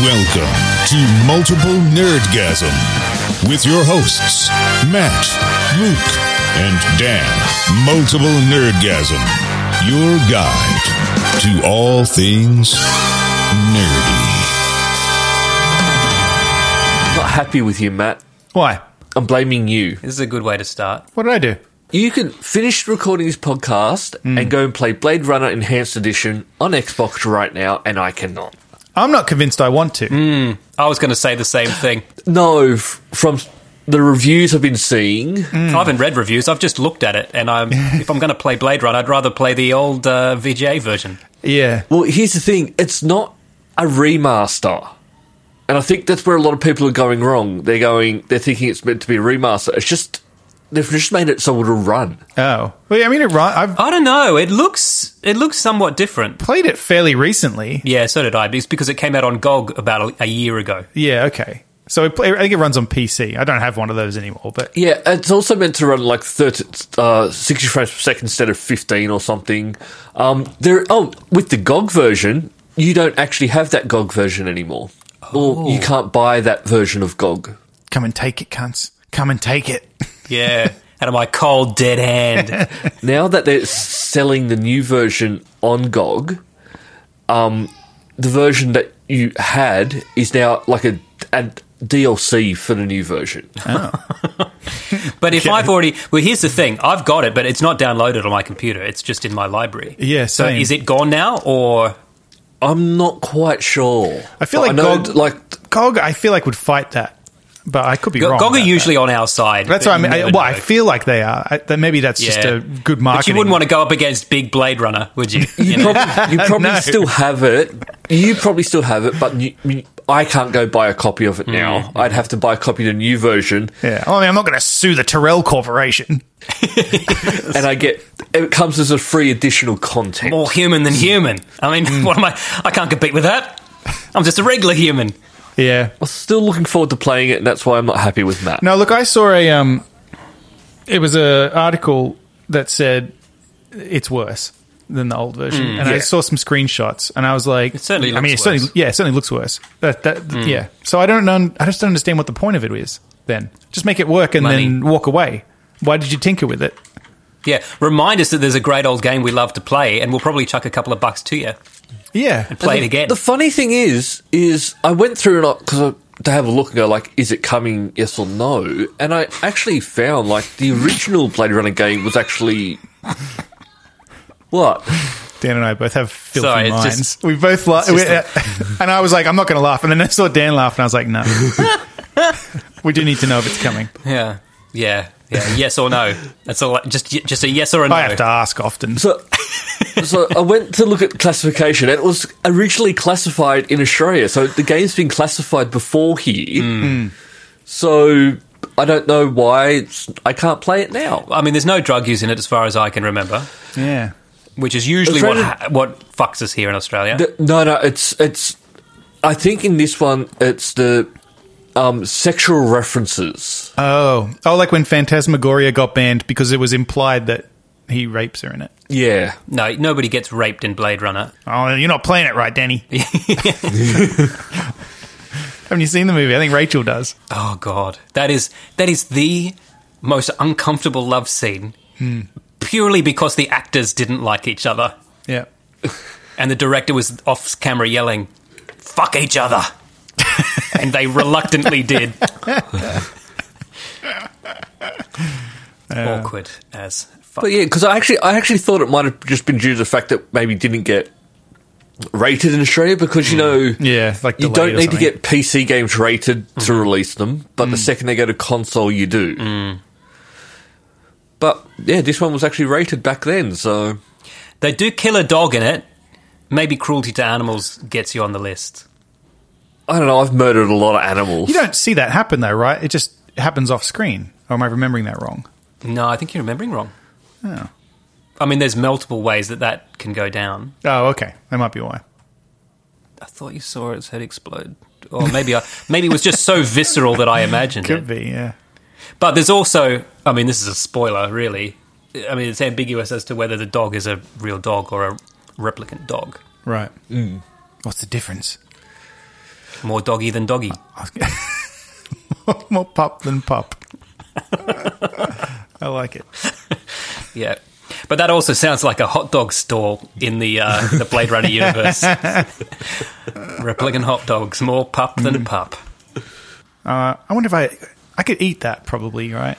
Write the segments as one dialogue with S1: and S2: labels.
S1: Welcome to Multiple Nerdgasm with your hosts, Matt, Luke, and Dan. Multiple Nerdgasm, your guide to all things nerdy.
S2: I'm not happy with you, Matt.
S3: Why?
S2: I'm blaming you.
S4: This is a good way to start.
S3: What did I do?
S2: You can finish recording this podcast and go and play Blade Runner Enhanced Edition on Xbox right now, and I cannot.
S3: I'm not convinced I want to.
S4: Mm. I was going to say the same thing.
S2: No, f- from the reviews I've been seeing,
S3: Mm.
S4: I haven't read reviews. I've just looked at it, and I'm if I'm going to play Blade Runner, I'd rather play the old uh, VGA version.
S3: Yeah.
S2: well, here's the thing it's not a remaster. And I think that's where a lot of people are going wrong. They're going, they're thinking it's meant to be a remaster. It's just, they've just made it so it'll run.
S3: Oh. Well, yeah, I mean, it, ri- I've
S4: I don't know. It looks it looks somewhat different.
S3: played it fairly recently.
S4: Yeah, so did I. It's because it came out on GOG about a, a year ago.
S3: Yeah. Okay. So it, play- I think it runs on PC. I don't have one of those anymore, but
S2: Yeah, it's also meant to run like 30, uh, 60 frames per second instead of 15 or something. Um, there, oh, with the GOG version, you don't actually have that GOG version anymore. Or you can't buy that version of GOG.
S3: come and take it, cunts. Come and take it.
S4: Yeah, out of my cold dead hand.
S2: Now that they're selling the new version on GOG, um, the version that you had is now like a, a DLC for the new version.
S4: But if I've already well, here's the thing. I've got it, but it's not downloaded on my computer. It's just in my library.
S3: Yeah,
S4: So
S3: same.
S4: is it gone now, or
S2: I'm not quite sure.
S3: I feel
S2: But
S3: like
S2: know,
S3: GOG
S2: like
S3: GOG, I feel like would fight that, but I could be wrong.
S4: GOG are
S3: about
S4: usually on our side?
S3: that. That's
S4: but
S3: what I
S4: you
S3: mean. I,
S4: never
S3: well, I
S4: know.
S3: feel like they are. I, that maybe that's just
S4: Yeah.
S3: a good
S4: But you
S3: marketing.
S4: wouldn't want to go up against Big Blade Runner, would you? You know?
S2: You probably
S3: No.
S2: still have it. You probably still have it, but you, you- I can't go buy a copy of it now. I'd have to buy a copy of the new version,
S3: Yeah. Well, I mean, I'm not going to sue the Terrell Corporation.
S2: and I get it comes as a free additional content.
S4: More human than human. I mean,
S3: Hmm.
S4: what am I? I can't compete with that. I'm just a regular human.
S3: Yeah.
S2: I'm still looking forward to playing it, and that's why I'm not happy with Matt.
S3: No, look, I saw a um, it was a article that said it's worse than the old version, and I
S2: Yeah.
S3: saw some screenshots, and I was like, it
S4: Mm. certainly
S3: I mean, it
S4: looks
S3: certainly,
S4: worse. Mm.
S3: yeah, it certainly looks worse. That, that, yeah. So I don't know. I just don't understand what the point of it is. Then just make it work and
S4: Money.
S3: then walk away. Why did you tinker with it?
S4: Yeah. Remind us that there's a great old game we love to play, and we'll probably chuck a couple of bucks to you.
S3: Yeah,
S4: Play it again.
S2: The funny thing is, is I went through and because to have a look and go like, is it coming? Yes or no? And I actually found like the original Blade Runner game was actually what.
S3: Dan and I both have filthy
S4: Sorry, it's
S3: minds.
S4: just-
S3: we both laugh,
S4: just
S3: and I was like, I'm not going to laugh, and then I saw Dan laugh, and I was like, no. we do need to know if it's coming.
S4: yeah. Yeah. Yeah. Yes or no. That's all. Just just a yes or a no.
S3: I have to ask often.
S2: So, so I went to look at classification, and it was originally classified in Australia. So the game's been classified before here. So I don't know why it's, I can't play it now.
S4: I mean, there's no drug use in it, as far as I can remember,
S3: yeah.
S4: which is usually what
S2: Australia-
S4: ha- what fucks us here in Australia.
S2: The- no, no, it's it's. I think in this one, it's the um, sexual references.
S3: Oh, oh, like when Phantasmagoria got banned because it was implied that he rapes her in it.
S2: Yeah,
S4: no, nobody gets raped in Blade Runner.
S3: Oh, you're not playing it right, Danny. Haven't you seen the movie? I think Rachel does.
S4: Oh God, that is that is the most uncomfortable love scene,
S3: Hmm.
S4: purely because the actors didn't like each other,
S3: Yeah.
S4: and the director was off camera yelling, "Fuck each other," and they reluctantly did. Awkward as fuck.
S2: but yeah, because I actually I actually thought it might have just been due to the fact that maybe it didn't get rated in Australia because you know
S3: Yeah, like
S2: you
S3: delayed
S2: don't
S3: or
S2: need to
S3: something.
S2: get PC games rated
S4: Mm-hmm.
S2: to release them, but
S4: Mm.
S2: the second they go to console, you do. But yeah, this one was actually rated back then, so
S4: They do kill a dog in it. Maybe cruelty to animals gets you on the list.
S2: I don't know. I've murdered a lot of animals.
S3: You don't see that happen though, right? It just happens off screen. Or am I remembering that wrong?
S4: No, I think you're remembering wrong.
S3: Oh.
S4: I mean, there's multiple ways that that can go down.
S3: Oh, okay. That might be why.
S4: I thought you saw its head explode, or maybe I, maybe it was just so visceral that I imagined
S3: Could
S4: it.
S3: be, yeah.
S4: But there's also, I mean, this is a spoiler, really. I mean, it's ambiguous as to whether the dog is a real dog or a replicant dog.
S2: Mm.
S3: Right. What's the difference?
S4: More doggy than doggy.
S3: More pup than pup. I like it.
S4: Yeah. But that also sounds like a hot dog stall in the uh, the Blade Runner universe. Replicant hot dogs, more pup
S2: Mm.
S4: than pup.
S3: Uh, I wonder if I I could eat that probably, right?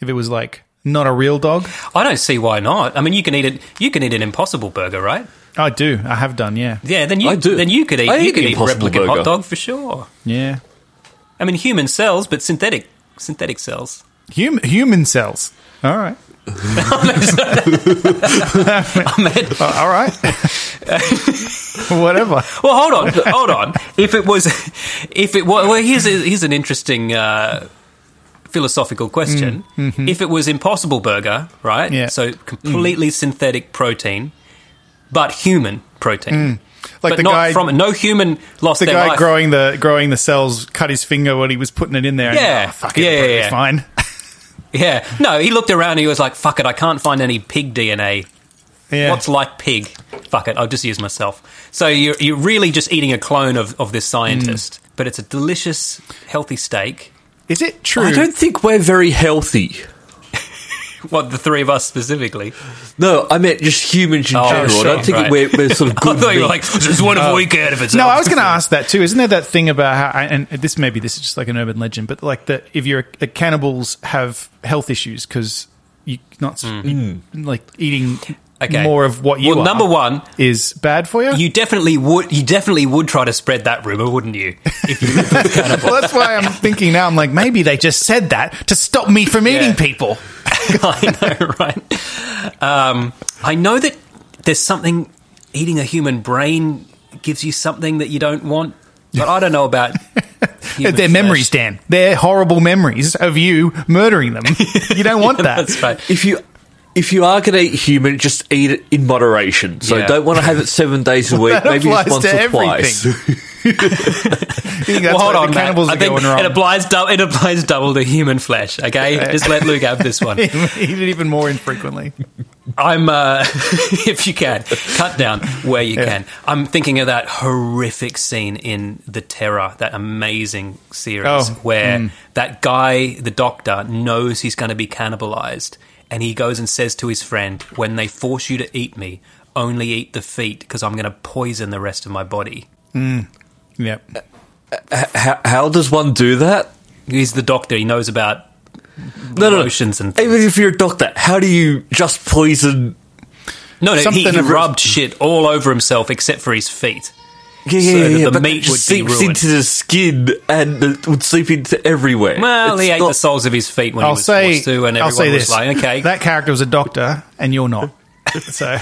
S3: If it was like not a real dog,
S4: I don't see why not. I mean, you can eat it. You can eat an Impossible Burger, right?
S3: Oh, I do. I have done. Yeah,
S4: Yeah. Then you
S2: I do.
S4: then you could eat
S2: I
S4: you
S2: eat
S4: could
S2: the
S4: eat
S2: Impossible
S4: replicant hot
S2: Burger.
S4: dog for sure.
S3: yeah.
S4: I mean, human cells, but synthetic synthetic cells.
S3: Hum- human cells. All right.
S4: I mean,
S3: Uh, all right. Whatever.
S4: well, hold on, hold on. If it was, if it was, well, here's a, here's an interesting uh, philosophical question. If it was Impossible Burger, right?
S3: Mm, mm-hmm. Yeah. Mm.
S4: So completely synthetic protein, but human protein,
S3: Mm. Like
S4: but
S3: the
S4: not
S3: guy,
S4: from it. No human lost
S3: the
S4: their
S3: guy
S4: life.
S3: growing the growing the cells, cut his finger when he was putting it in there. and,
S4: Yeah.
S3: "Oh, fuck it,
S4: Yeah, yeah,
S3: probably
S4: yeah.
S3: Fine.
S4: yeah. No, he looked around. and He was like, "Fuck it, I can't find any pig DNA.
S3: Yeah.
S4: What's like pig? Fuck it, I'll just use myself." So you're you're really just eating a clone of of this scientist,
S3: Mm.
S4: but it's a delicious, healthy steak.
S3: Is it true?
S2: I don't think we're very healthy.
S4: What the three of us specifically?
S2: No, I meant just humans in
S4: Oh,
S2: general.
S4: sure,
S2: I don't think
S4: right.
S2: we're, we're sort of
S4: I
S2: good.
S4: thought you were
S2: meat.
S4: like, there's one of we care if it's
S3: Oh. no,
S4: up."
S3: I was going to ask that too. Isn't there that thing about how? I- And this maybe this is just like an urban legend, but like that if you're a, cannibals have health issues because you not s- you- like eating
S4: Mm. Okay.
S3: more of what you.
S4: Well,
S3: are
S4: number one-
S3: is bad for you.
S4: You definitely would. You definitely would try to spread that rumor, wouldn't you? If you lived with cannibals.
S3: well, that's why I'm thinking now. I'm like, maybe they just said that to stop me from eating
S4: Yeah.
S3: people.
S4: I know, right? Um, I know that there's something eating a human brain gives you something that you don't want, but I don't know about human
S3: Their
S4: flesh.
S3: memories, Dan. They're horrible memories of you murdering them. You don't want that.
S4: That's right.
S2: if you if you are going to eat human, just eat it in moderation. So
S4: Yeah.
S2: don't want to have it seven days a week.
S3: That
S2: maybe
S3: applies
S2: just once
S3: to
S2: or twice.
S3: You think that's
S4: well, hold
S3: where
S4: on,
S3: the
S4: Matt.
S3: cannibals
S4: I
S3: are
S4: think
S3: going wrong.
S4: it applies. dou- it applies double to human flesh. Okay, just let Luke have this one.
S3: Eat it even more infrequently.
S4: I'm, uh, if you can, cut down where you can. I'm thinking of that horrific scene in The Terror, that amazing series
S3: Oh,
S4: where
S2: mm.
S4: that guy, the doctor, knows he's going to be cannibalized. And he goes and says to his friend, When they force you to eat me, only eat the feet because I'm going to poison the rest of my body.
S3: Yep.
S2: How, how does one do that?
S4: He's the doctor. He knows about
S2: No, no, no.
S4: lotions and
S2: Even if you're a doctor, how do you just poison?
S4: No, no, he,
S3: Something
S4: he
S3: of-
S4: rubbed shit all over himself except for his feet.
S2: Yeah,
S4: So
S2: yeah, yeah.
S4: that
S2: yeah,
S4: the
S2: but
S4: meat
S2: that
S4: would be
S2: seeps
S4: ruined.
S2: into the skin and it would seep into everywhere.
S4: Well,
S2: It's
S4: he ate
S2: not-
S4: the soles of his feet when he
S3: I'll
S4: was
S3: say,
S4: forced to, and everyone
S3: I'll say
S4: was
S3: this.
S4: like, "Okay,
S3: That character was a doctor, and you're not. So.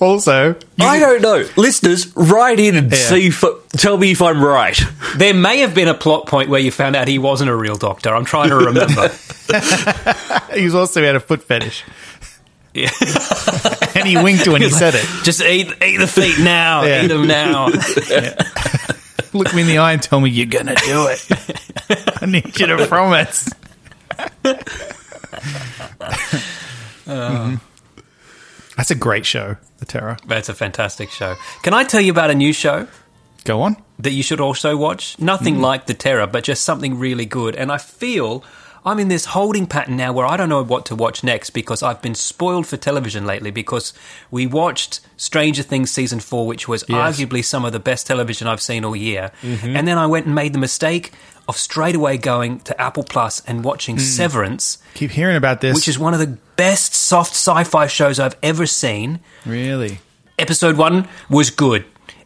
S3: also, you-
S2: I don't know. Listeners, write in and
S3: Yeah.
S2: see. For, tell me if I'm right.
S4: there may have been a plot point where you found out he wasn't a real doctor." I'm trying to remember.
S3: he was also had a foot fetish.
S4: Yeah.
S3: And he winked when he said it.
S4: Just eat, eat the feet now.
S3: Yeah.
S4: Eat them now.
S3: Look me in the eye and tell me you're going to do it. I need you to promise.
S4: Uh.
S3: Mhm. That's a great show, The Terror.
S4: That's a fantastic show. Can I tell you about a new show
S3: Go on.
S4: that you should also watch? Nothing like The Terror, but just something really good. And I feel I'm in this holding pattern now where I don't know what to watch next because I've been spoiled for television lately because we watched Stranger Things season 4 which was arguably some of the best television I've seen all year. And then I went and made the mistake of straight away going to Apple Plus and watching Severance,
S3: Keep hearing about this.
S4: which is one of the best soft sci-fi shows I've ever seen.
S3: really.
S4: Episode one was good.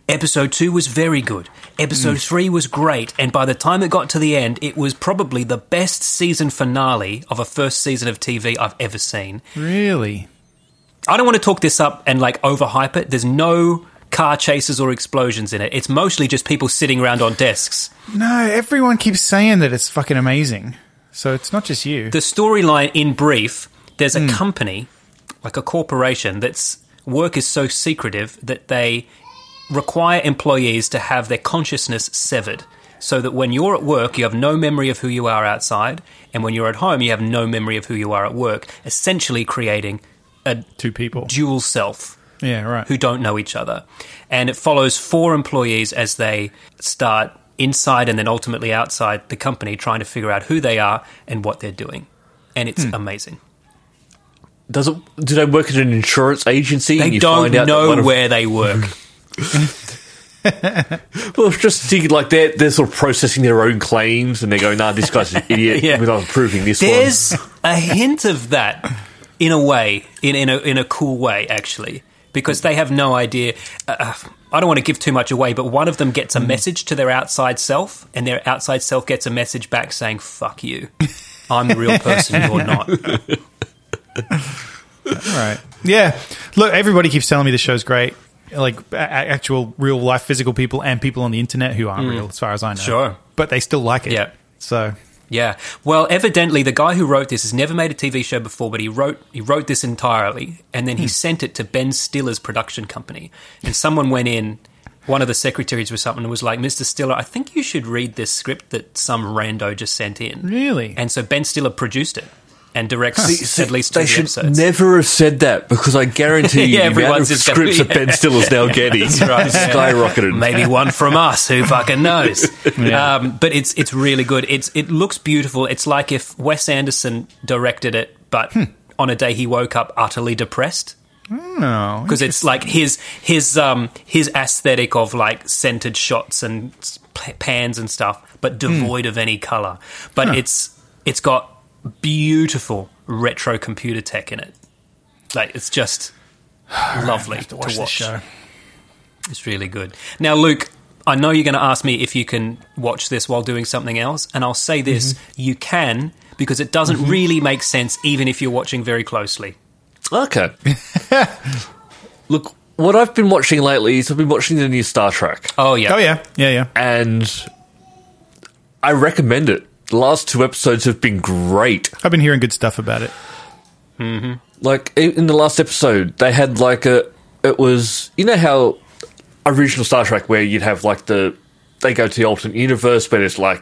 S4: Episode two was very good. Episode three was great. And by the time it got to the end, it was probably the best season finale of a first season of TV I've ever seen.
S3: Really?
S4: I don't want to talk this up and like overhype it. There's no car chases or explosions in it. It's mostly just people sitting around on desks.
S3: No, everyone keeps saying that it's fucking amazing. So it's not just you.
S4: The storyline, in brief, there's a company, like a corporation, that's work is so secretive that they require employees to have their consciousness severed. So that when you're at work, you have no memory of who you are outside, and when you're at home, you have no memory of who you are at work, essentially creating a
S3: Two people.
S4: dual self.
S3: Yeah, right.
S4: who don't know each other. And it follows four employees as they start inside and then ultimately outside the company trying to figure out who they are and what they're doing. And
S2: Hmm.
S4: it's amazing.
S2: Does it? Do they work at an insurance agency? and
S4: They
S2: you
S4: don't
S2: find out that one
S4: know
S2: of-
S4: where they work.
S2: Well, it's just thinking like they're, they're sort of processing their own claims and they're going, nah, this guy's an idiot.
S4: Yeah.
S2: We're not approving this
S4: There's a hint of that in a way, in, in, a, in a cool way, actually, because they have no idea. Uh, uh, I don't want to give too much away, but one of them gets
S2: Hmm.
S4: a message to their outside self, and their outside self gets a message back saying, fuck you. I'm the real person, you're not.
S3: All right. Yeah. Look, everybody keeps telling me the show's great. Like a- a- actual real life physical people and people on the internet who aren't real, as far as I know.
S4: Mm. Sure.
S3: But they still like it.
S4: Yeah.
S3: So
S4: Yeah. Well, evidently the guy who wrote this has never made a TV show before, but he wrote he wrote this entirely and then he sent it to Ben Stiller's production company. And someone went in, one of the secretaries or something and was like, "Mr. Stiller, I think you should read this script that some rando just sent in."
S3: Really?
S4: And so Ben Stiller produced it and directs
S2: one.
S4: at least two
S2: they
S4: of the
S2: should
S4: episodes.
S2: never have said that because I guarantee you
S4: Yeah,
S2: the amount of
S4: everyone's just gonna-
S2: scripts that Ben Stiller's now getting is
S4: right, yeah.
S2: skyrocketed.
S4: Maybe one from us. Who fucking knows? Um, but it's it's really good. It's it looks beautiful. It's like if Wes Anderson directed it, but on a day he woke up utterly depressed
S3: no.
S4: because it's like his his um his aesthetic of like centered shots and s- p- pans and stuff, but devoid of any color. But it's it's got beautiful retro computer tech in it. Like it's just lovely to watch.
S3: this show.
S4: It's really good. Now, Luke, I know you're going to ask me if you can watch this while doing something else, and I'll say this: you can because it doesn't really make sense, even if you're watching very closely.
S2: Okay. Look, what I've been watching lately is I've been watching the new Star Trek
S4: Oh yeah,
S3: Oh yeah. Yeah, yeah.
S2: and I recommend it. The last two episodes have been great.
S3: I've been hearing good stuff about it.
S2: like i- in the last episode they had like a it was you know how original star trek where you'd have like the they go to the alternate universe but it's like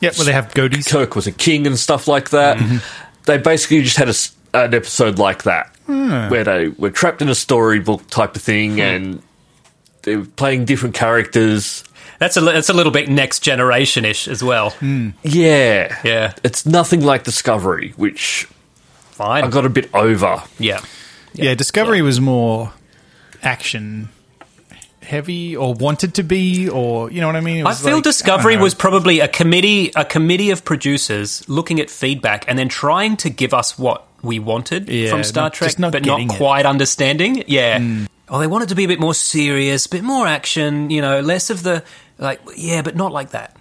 S3: Yeah, well they have goatees.
S2: kirk was a king and stuff like that
S3: Mm-hmm.
S2: they basically just had a s an episode like that where they were trapped in a storybook type of thing
S3: Hmm.
S2: and they were playing different characters
S4: that's a li- that's a little bit next generation ish as well.
S2: yeah
S4: Yeah.
S2: it's nothing like discovery which
S4: Fine,
S2: i got a bit over
S4: yeah,
S3: Yeah, Discovery was more action heavy or wanted to be or you know what I mean? It
S4: I
S3: was
S4: feel
S3: like- "Oh,
S4: Discovery
S3: don't know.
S4: was probably a committee a committee of producers looking at feedback and then trying to give us what we wanted
S3: Yeah,
S4: from Star
S3: not-
S4: Trek,
S3: just not
S4: but not
S3: getting it. Hmm.
S4: quite understanding. it. Yeah. Oh, they wanted to be a bit more serious, bit more action. You know, less of the like. Yeah, but not like that.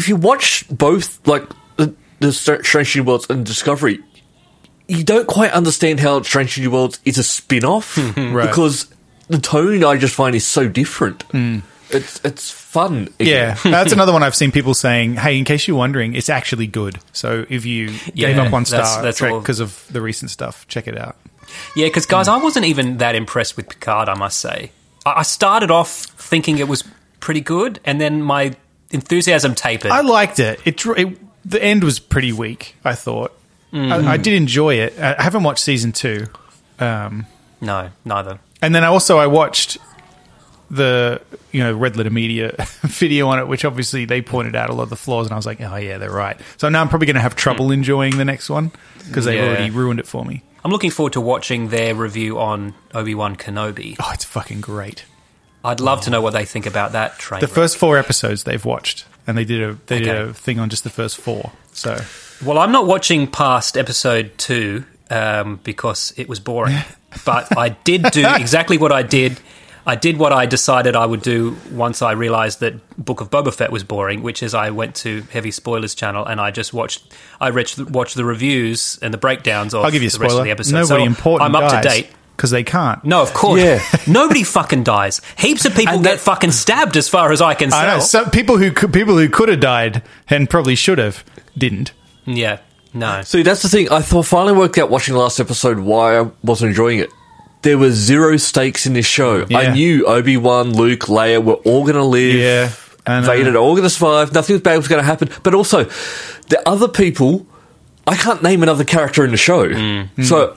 S2: if you watch both, like the, the Str- Strange New Worlds and Discovery, you don't quite understand how Strange New Worlds is a spin-off
S3: Right.
S2: because the tone I just find is so different. It's it's fun.
S3: Hmm. Yeah, that's another one I've seen people saying, "Hey, in case you're wondering, it's actually good." So if you gave
S4: Yeah,
S3: up on Star
S4: that's- that's
S3: Trek
S4: all.
S3: because of the recent stuff, check it out.
S4: Yeah, because guys,
S3: Hmm.
S4: I wasn't even that impressed with Picard. I must say, I, I started off thinking it was pretty good, and then my enthusiasm tapered.
S3: I liked it. It, dr- it the end was pretty weak. I thought I, I did enjoy it. I I haven't watched season two,
S4: no, neither.
S3: and then I also I watched the you know Red Letter Media video on it, which obviously they pointed out a lot of the flaws, and I was like, "Oh yeah, they're right." So now I'm probably going to have trouble enjoying the next one because they've
S4: Mm. Yeah.
S3: already ruined it for me.
S4: I'm looking forward to watching their review on Obi Wan Kenobi.
S3: Oh, it's fucking great.
S4: I'd love to know what they think about that train.
S3: the first four episodes they've watched, and they did a they did
S4: Okay.
S3: a thing on just the first four. So
S4: well, I'm not watching past episode two um, because it was boring, but I did do exactly what I did. I did what I decided I would do once I realized that Book of Boba Fett was boring, which is I went to Heavy Spoilers channel and I just watched. I re- watched the reviews and the breakdowns of
S3: I'll give you a
S4: the rest
S3: spoiler.
S4: of the episode.
S3: Nobody
S4: So
S3: important.
S4: I'm up
S3: dies,
S4: to date.
S3: because they can't.
S4: No, of course.
S2: Yeah.
S4: Nobody fucking dies. Heaps of people
S2: And
S4: get
S2: that-
S4: fucking stabbed, as far as I can
S3: I know
S4: tell.
S3: some people who could, people who could have died and probably should have didn't.
S4: yeah. No.
S2: See, that's the thing. I thought finally worked out watching the last episode why I wasn't enjoying it. There were zero stakes in this show.
S3: Yeah.
S2: I knew Obi Wan, Luke, Leia were all going to live.
S3: Yeah, uh, I know.
S2: Vader are all going to survive. Nothing bad was going to happen. But also,
S3: Mm.
S2: the other people, I can't name another character in the show. So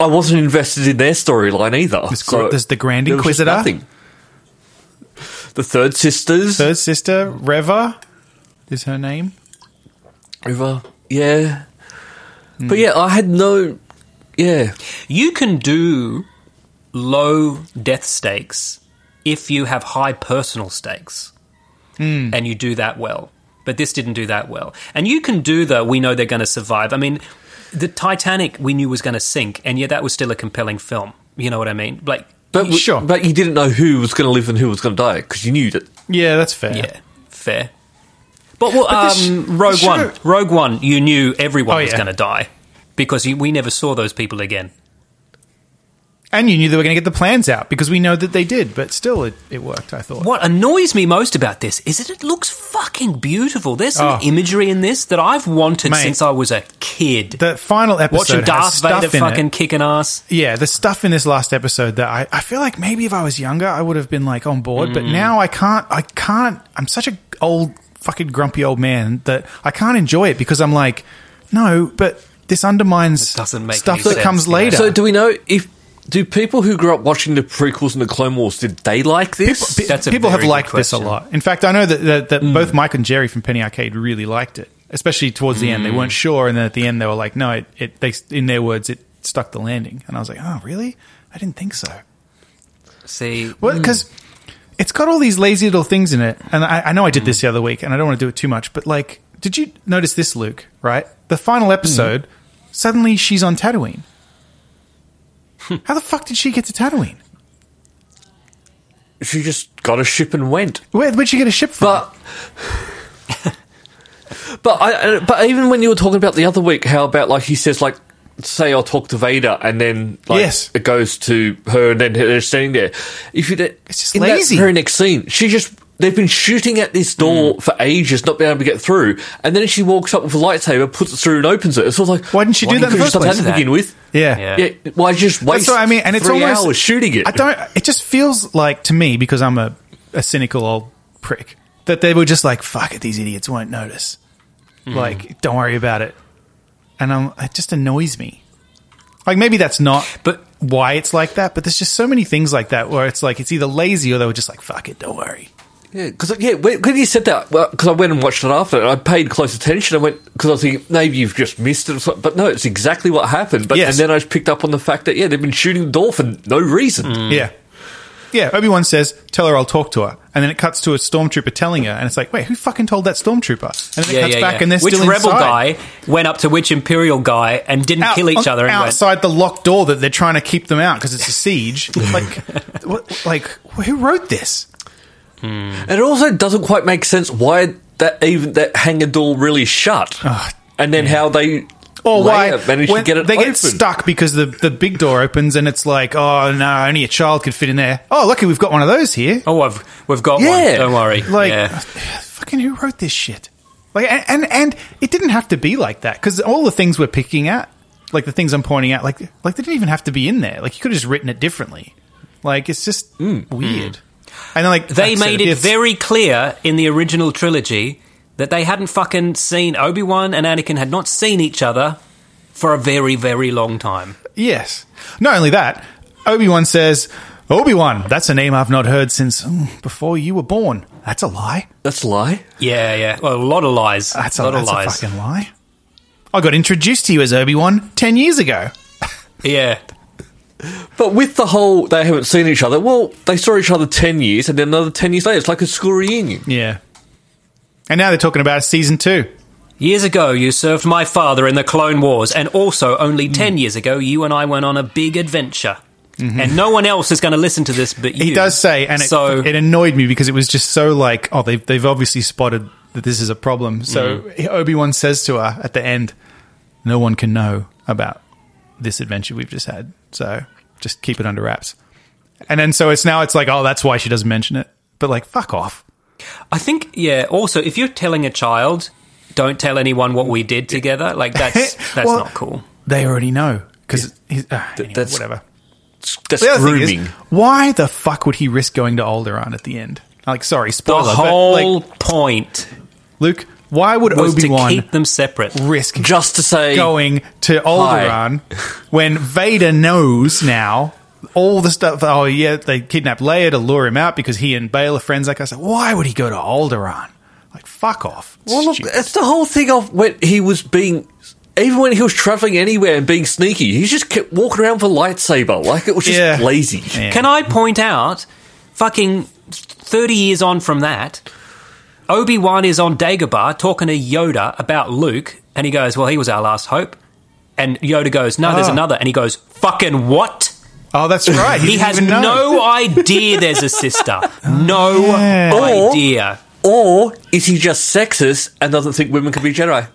S2: I wasn't invested in their storyline either.
S3: There's, gr- there's the Grand
S2: there was just
S3: Inquisitor.
S2: nothing. The Third Sisters.
S3: Third sister, Reva, is her name.
S2: River. Yeah.
S3: Mm.
S2: But yeah, I had no. Yeah.
S4: You can do low death stakes if you have high personal stakes
S3: Hmm.
S4: and you do that well. But this didn't do that well. And you can do the we know they're going to survive. I mean, the Titanic we knew was going to sink, and yet that was still a compelling film. You know what I mean? Like,
S2: But w-
S3: Sure.
S2: But you didn't know who was going to live and who was going to die because you knew that.
S3: Yeah, that's fair.
S4: yeah, fair. But, well,
S3: But this-
S4: um, Rogue
S3: this
S4: One,
S3: show-
S4: Rogue One, you knew everyone
S3: Oh,
S4: was
S3: yeah.
S4: going to die because you, we never saw those people again.
S3: And you knew they were going to get the plans out because we know that they did, but still, it, it worked, I thought.
S4: What annoys me most about this is that it looks fucking beautiful. There's some
S3: Oh.
S4: imagery in this that I've wanted
S3: Mate.
S4: since I was a kid.
S3: The final
S4: Watching
S3: episode has
S4: Darth
S3: stuff
S4: Vader
S3: in
S4: fucking
S3: it.
S4: kicking ass.
S3: Yeah, the stuff in this last episode that I, I feel like maybe if I was younger, I would have been like on board,
S4: Mm.
S3: but now I can't, I can't, I'm such a old, fucking grumpy old man that I can't enjoy it because I'm like, no, but this undermines
S4: It doesn't make
S3: stuff
S4: any
S3: that
S4: sense,
S3: comes
S4: you know.
S3: later.
S2: So do we know if. Do people who grew up watching the prequels and the Clone Wars, did they like this?
S3: Pe-
S4: That's a
S3: people have
S4: very good
S3: liked this a
S4: question.
S3: lot. In fact, I know that, that,
S4: Mm.
S3: that both Mike and Jerry from Penny Arcade really liked it, especially towards the end. They
S4: Mm.
S3: weren't sure, and then at the end, they were like, "No, it." it they, in their words, it stuck the landing. And I was like, "Oh, really? I didn't think so."
S4: See,
S3: Well, because it's got all these lazy little things in it, and I, I know I did this the other week, and I don't want to do it too much, but like, did you notice this, Luke? Right, the final episode, suddenly she's on Tatooine. How the fuck did she get to Tatooine?
S2: She just got a ship and went.
S3: Where, where'd she get a ship from?
S2: But but I I- but even when you were talking about the other week, how about like he says like say I'll talk to Vader and then like
S3: Yes.
S2: it goes to her and then they're standing there. If you
S3: It's just
S2: in
S3: lazy.
S2: That very next scene, she just they've been shooting at this door for ages, not being able to get through, and then she walks up with a lightsaber, puts it through, and opens it. It's all like
S3: Why didn't she do that in
S2: could've
S3: the
S2: just
S3: first
S2: done that
S4: place?
S2: to begin with?
S3: yeah.
S4: Yeah.
S2: Yeah, why just waste?
S3: That's what I mean, and it's
S2: three
S3: almost
S2: hours shooting it.
S3: I don't. It just feels like to me because I'm a, a cynical old prick that they were just like, "Fuck it, these idiots won't notice." Like, don't worry about it. And I'm, it just annoys me. Like maybe that's not,
S4: But-
S3: why it's like that. But there's just so many things like that where it's like it's either lazy or they were just like, "Fuck it, don't worry."
S2: Yeah, because yeah, when, when you said that, because I went and watched it after, and I paid close attention. I went because I was thinking maybe you've just missed it, or something, but no, it's exactly what happened. But
S3: Yes.
S2: and then I picked up on the fact that yeah, they've been shooting the door for no reason.
S3: Yeah. Yeah, Obi Wan says, "Tell her I'll talk to her," and then it cuts to a stormtrooper telling her, and it's like, "Wait, who fucking told that stormtrooper?" And then it cuts back, and they're
S4: which
S3: still
S4: rebel
S3: inside.
S4: guy went up to which imperial guy and didn't
S3: out-
S4: kill each
S3: on-
S4: other and went,
S3: outside the locked door that they're trying to keep them out because it's a siege. like, what, like who wrote this?
S2: And it also doesn't quite make sense why that even that hangar door really shut,
S3: Ah,
S2: and then how they
S3: Or why
S2: Leia managed
S3: when
S2: to get it
S3: they
S2: open.
S3: get stuck because the, the big door opens and it's like, oh no, only a child could fit in there. Oh, lucky we've got one of those here.
S4: "Oh, I've, we've got one.
S2: Yeah.
S4: Don't worry."
S3: Like,
S4: Yeah.
S3: fucking who wrote this shit? Like, and and, and it didn't have to be like that because all the things we're picking at, like the things I'm pointing at, like like they didn't even have to be in there. Like you could have just written it differently. Like it's just weird. And then like
S4: Hmm. they
S3: like I said,
S4: made it
S3: it's-
S4: very clear in the original trilogy that they hadn't fucking seen Obi Wan and Anakin had not seen each other for a very, very long time.
S3: Yes. Not only that, Obi Wan says, Obi Wan, that's a name I've not heard since mm, before you were born. That's a lie.
S2: That's a lie.
S4: Yeah, yeah. Well, a lot of lies.
S3: That's
S4: a
S3: a,
S4: lot
S3: that's
S4: of lies.
S3: a fucking lie. I got introduced to you as Obi Wan 10 years ago.
S4: yeah.
S2: But with the whole they haven't seen each other. Well, they saw each other ten years, and then another ten years later, it's like a school reunion.
S3: Yeah. And now they're talking about season two.
S4: Years ago, you served my father in the Clone Wars, and also
S3: Mm.
S4: only 10 years ago, you and I went on a big adventure. And no one else is going to listen to this but you.
S3: Mm-hmm. He does say, and it,
S4: so,
S3: it annoyed me because it was just so like, oh, they've, they've obviously spotted that this is a problem. So
S4: Mm.
S3: Obi Wan says to her at the end, no one can know about this adventure we've just had. So just keep it under wraps. And then so it's now it's like, oh, that's why she doesn't mention it. But like, fuck off.
S4: I think, yeah, also, if you're telling a child, don't tell anyone what we did together, like, that's, that's
S3: Well,
S4: not cool.
S3: They already know because uh, anyway,
S2: that's-
S3: whatever.
S2: That's
S3: The other
S2: grooming.
S3: thing is, why the fuck would he risk going to Alderaan at the end? Like, sorry,
S4: The
S3: spoiler. but,
S4: whole
S3: like,
S4: point.
S3: Luke, Why would
S4: was
S3: Obi
S4: to
S3: Wan
S4: keep them separate.
S3: risk
S2: Just to say,
S3: going to Alderaan when Vader knows now all the stuff? Oh yeah, they kidnapped Leia to lure him out because he and Bail are friends. Like I said, why would he go to Alderaan? Like fuck off. It's
S2: Well, look, uh,
S3: stupid.
S2: it's the whole thing of when he was being, even when he was traveling anywhere and being sneaky, he just kept walking around with a lightsaber like it was just
S3: Yeah.
S2: lazy.
S3: Yeah.
S4: Can I point out, fucking 30 years on from that, Obi Wan is on Dagobah talking to Yoda about Luke, and he goes, Well, he was our last hope. And Yoda goes, No, there's
S3: Ah.
S4: another. And he goes, Fucking what?
S3: oh, that's right.
S4: He
S3: didn't
S4: has
S3: even know. Oh,
S4: no idea there's a sister. No
S3: Yeah.
S2: Or-
S4: idea.
S2: Or is he just sexist and doesn't think women can be Jedi?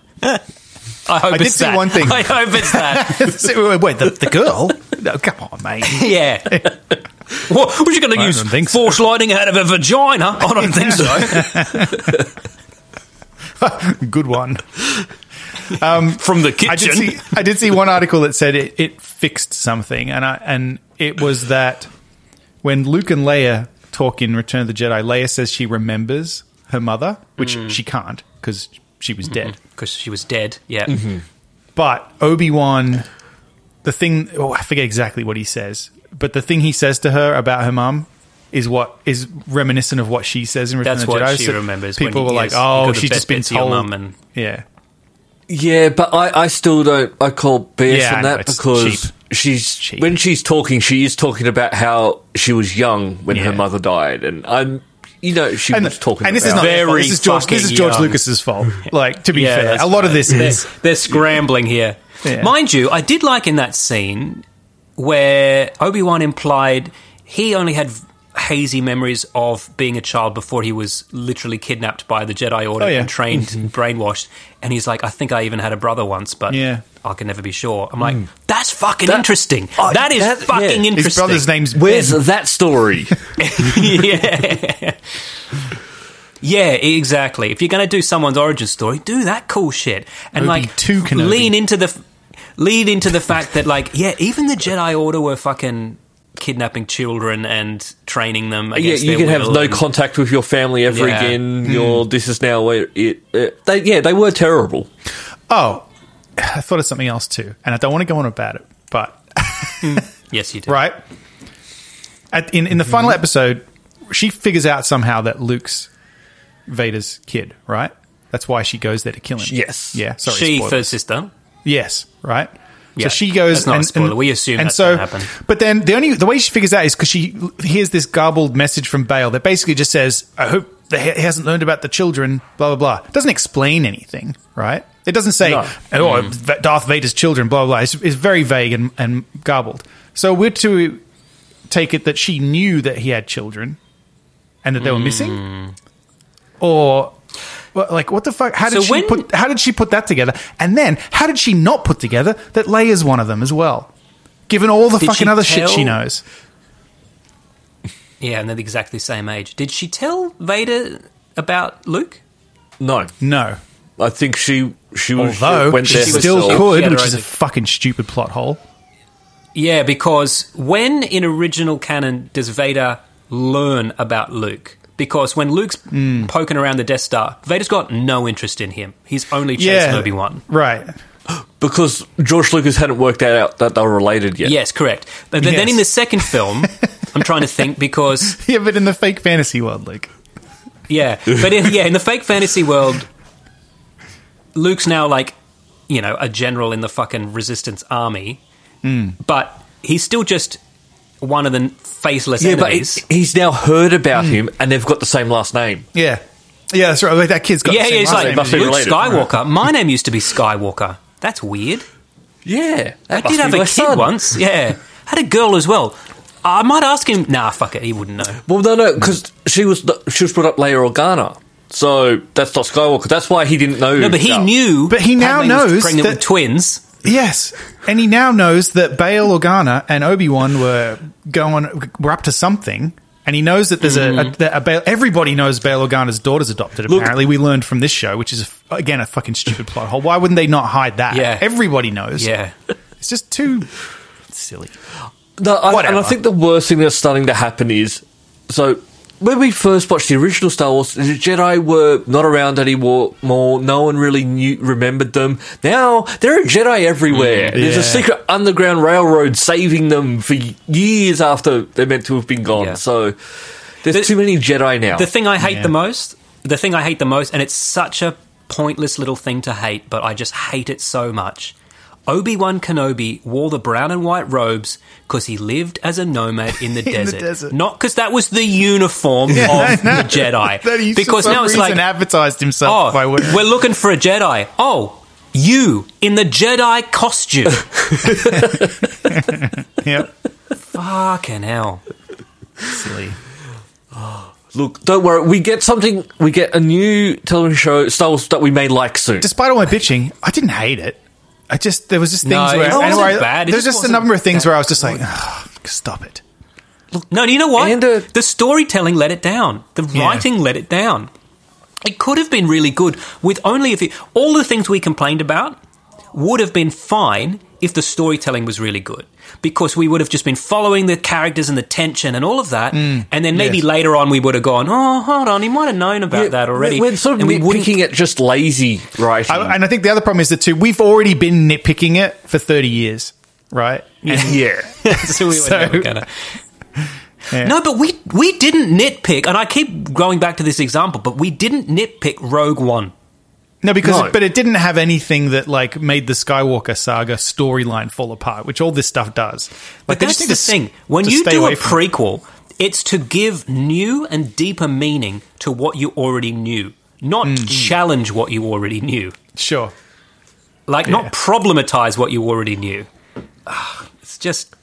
S4: I hope
S3: I did
S4: it's
S3: see
S4: that.
S3: one thing.
S4: I hope it's that.
S3: So, wait, the, the girl? No, come on, mate.
S4: yeah. What, was you going to
S3: I
S4: use
S3: don't think so.
S4: force lighting out of a vagina? I don't think so.
S3: Good one.
S4: From the kitchen.
S3: I did see. I did see one article that said it, it fixed something, and I and it was that when Luke and Leia talk in Return of the Jedi, Leia says she remembers her mother, which
S4: Mm.
S3: she can't because she was dead.
S4: Because she was dead. Yeah.
S3: Mm-hmm. But Obi Wan, the thing oh, I forget exactly what he says, but the thing he says to her about her mum is what is reminiscent of what she says in Return
S4: That's
S3: of the Jedi.
S4: what she
S3: So
S4: remembers when
S3: People
S4: he-
S3: were like,
S4: yes, you
S3: "Oh,
S4: got the
S3: she's
S4: best
S3: just been
S4: bits of your
S3: told."
S4: mum and-
S3: yeah,
S2: Yeah, but I, I still don't. I call BS
S3: Yeah, I
S2: on
S3: know,
S2: that
S3: it's
S2: because
S3: cheap.
S2: she's
S3: Cheap.
S2: when she's talking, she is talking about how she was young when her
S3: Yeah.
S2: mother died, and I'm, you know, she
S3: and,
S2: was talking.
S3: and this is
S2: about-
S3: not their fault.
S4: Very
S3: This is George. This is
S4: fucking
S3: George
S4: young.
S3: Lucas's fault. Like to be
S4: Yeah,
S3: fair,
S4: that's
S3: a lot of
S4: right.
S3: this
S4: they're,
S3: is
S4: they're scrambling here.
S3: Yeah.
S4: Mind you, I did like in that scene where Obi Wan implied he only had hazy memories of being a child before he was literally kidnapped by the Jedi Order
S3: Oh, yeah.
S4: and trained, and brainwashed, and he's like, "I think I even had a brother once, but
S3: Yeah. Mm.
S4: I can never be sure." I'm like, "That's fucking
S2: That-
S4: interesting.
S2: Oh,
S4: that is
S2: that- yeah.
S4: fucking
S2: His
S4: interesting."
S3: his brother's name's
S2: Where's
S3: Ben.
S2: that story?
S4: yeah. Yeah, exactly. If you're going to do someone's origin story, do that cool shit and
S3: Obi
S4: like
S3: to Kenobi.
S4: lean into the f- lead into the fact that like yeah, even the Jedi Order were fucking kidnapping children and training them.
S2: yeah,
S4: Against
S2: you
S4: their
S2: can have
S4: will
S2: no
S4: and-
S2: contact with your family ever
S4: Yeah. Hmm.
S2: again. Your this is now where it. Uh, they, yeah, they were terrible.
S3: Oh, I thought of something else too, and I don't want to go on about it, but
S4: Yes, you do.
S3: right At, in in the
S4: Mm-hmm.
S3: final episode, she figures out somehow that Luke's Vader's kid, right? That's why she goes there to kill him.
S2: Yes.
S3: Yeah. Sorry.
S4: she
S3: spoiler.
S4: third sister.
S3: Yes, right.
S4: Yeah,
S3: so she goes.
S4: that's not a spoiler. We assume that's
S3: so,
S4: gonna happen.
S3: But then the only the way she figures out is because she l- hears this garbled message from Bale that basically just says, "I hope that he hasn't learned about the children." Blah blah blah. It doesn't explain anything, right? It doesn't say,
S2: No.
S4: Mm.
S3: "Oh, Va- Darth Vader's children." Blah blah. blah. It's, it's very vague and, and garbled. So we're to take it that she knew that he had children and that they were
S4: Hmm.
S3: missing, or well, like what the fuck? How did
S4: So
S3: she
S4: when-
S3: put? How did she put that together? And then how did she not put together that Leia's one of them as well? Given all the
S4: Did
S3: fucking
S4: she
S3: other shit she
S4: tell-
S3: knows,
S4: Yeah, and they're exactly the same age. Did she tell Vader about Luke?
S2: No,
S3: no.
S2: I think she she
S4: Oh,
S2: was
S3: Although
S2: went
S3: she
S2: there
S3: still
S2: herself.
S4: She
S3: could,
S4: had
S3: which
S4: her
S3: is a
S4: own-
S3: fucking stupid plot hole.
S4: Yeah, because when in original canon does Vader learn about Luke? Because when Luke's
S2: Hmm.
S4: poking around the Death Star, Vader's got no interest in him. He's only chasing
S3: Yeah,
S4: Obi Wan.
S3: Right.
S2: because George Lucas hadn't worked that out that they were related yet.
S4: Yes, correct. But then- then in the
S3: Yes.
S4: second film, I'm trying to think because
S3: Yeah, but in the fake fantasy world, like
S4: yeah, but in, yeah, in the fake fantasy world, Luke's now like you know a general in the fucking Resistance army,
S2: Hmm.
S4: but he's still just one of the faceless
S2: Yeah, but
S4: enemies.
S2: it, he's now heard about
S3: Hmm.
S2: him, and they've got the same last name.
S3: yeah, yeah, that's right. Like that kid's got
S4: yeah,
S3: the same
S4: yeah, it's
S3: last
S4: like
S3: name
S2: must
S3: as
S2: be
S3: you.
S4: Luke
S2: related.
S4: Skywalker. My name used to be Skywalker. That's weird.
S2: Yeah,
S4: I did have a kid once. Yeah, had a girl as well. I might ask him. Nah, fuck it. He wouldn't know.
S2: Well, no, no, because she was she was brought up Leia Organa, so that's not Skywalker. That's why he didn't know.
S4: No, but he knew.
S3: But he now
S4: Padme was
S3: knows
S4: pregnant
S3: that-
S4: with twins.
S3: Yes, and he now knows that Bail Organa and Obi Wan were going were up to something, and he knows that there's a-
S4: Mm-hmm.
S3: a, that a Bail, everybody knows Bail Organa's daughter's adopted. Apparently, we learned from this show, which is a f again a fucking stupid plot hole. Why wouldn't they not hide that?
S4: Yeah.
S3: everybody knows.
S4: Yeah,
S3: it's just too silly.
S2: No, I, and I
S3: Whatever.
S2: think the worst thing that's starting to happen is so when we first watched the original Star Wars, the Jedi were not around anymore. More, no one really knew, remembered them. Now there are Jedi everywhere.
S4: Mm,
S2: There's
S3: yeah.
S2: a secret underground railroad saving them for years after they're meant to have been gone.
S4: Yeah.
S2: So there's
S4: The-
S2: too many Jedi now.
S4: The thing I hate
S3: Oh, Yeah.
S4: the most, the thing I hate the most, and it's such a pointless little thing to hate, but I just hate it so much. Obi Wan Kenobi wore the brown and white robes because he lived as a nomad in the,
S3: the
S4: desert.
S3: desert.
S4: not because that was the uniform of the Jedi.
S3: That he
S4: because
S3: for some
S4: now it's
S3: reason
S4: like,
S3: advertised himself
S4: oh,
S3: by wearing.
S4: we're looking for a Jedi. Oh, you in the Jedi costume?
S3: yep.
S4: Fucking hell!
S3: Silly.
S2: Look, don't worry. We get something. We get a new television show, Star Wars, that we may like soon.
S3: despite all my bitching, I didn't hate it. I just there was just things
S4: No, it
S3: where,
S4: wasn't
S3: and where I-
S4: bad. It
S3: there's
S4: just
S3: just a
S4: wasn't
S3: number of things
S4: that
S3: where I was just like, "Ugh, stop it.
S4: No, you know what?
S2: And, uh,
S4: the storytelling let it down. The
S3: Yeah.
S4: writing let it down. It could have been really good with only if it, all the things we complained about would have been fine if the storytelling was really good because we would have just been following the characters and the tension and all of that and then maybe
S3: yes.
S4: later on we would have gone oh hold on he might have known about that already
S2: We're sort of
S4: and we wouldn't
S2: nitpicking at just lazy writing.
S3: I, and I think the other problem is that too we've already been nitpicking it for thirty years, right? And-
S2: yeah.
S4: so we were
S3: So-
S4: never gonna.
S3: Yeah.
S4: No, but we we didn't nitpick, and I keep going back to this example, but we didn't nitpick Rogue One.
S3: no, because
S2: No.
S3: but it didn't have anything that like made the Skywalker saga storyline fall apart, which all this stuff does.
S4: But
S3: Like, they
S4: that's
S3: just
S4: the
S3: need to s-
S4: thing. When
S3: to
S4: you
S3: stay
S4: do a
S3: away from it.
S4: prequel, it's to give new and deeper meaning to what you already knew, not challenge what you already knew,
S3: sure.
S4: like
S3: Yeah.
S4: not problematize what you already knew. Ah, It's just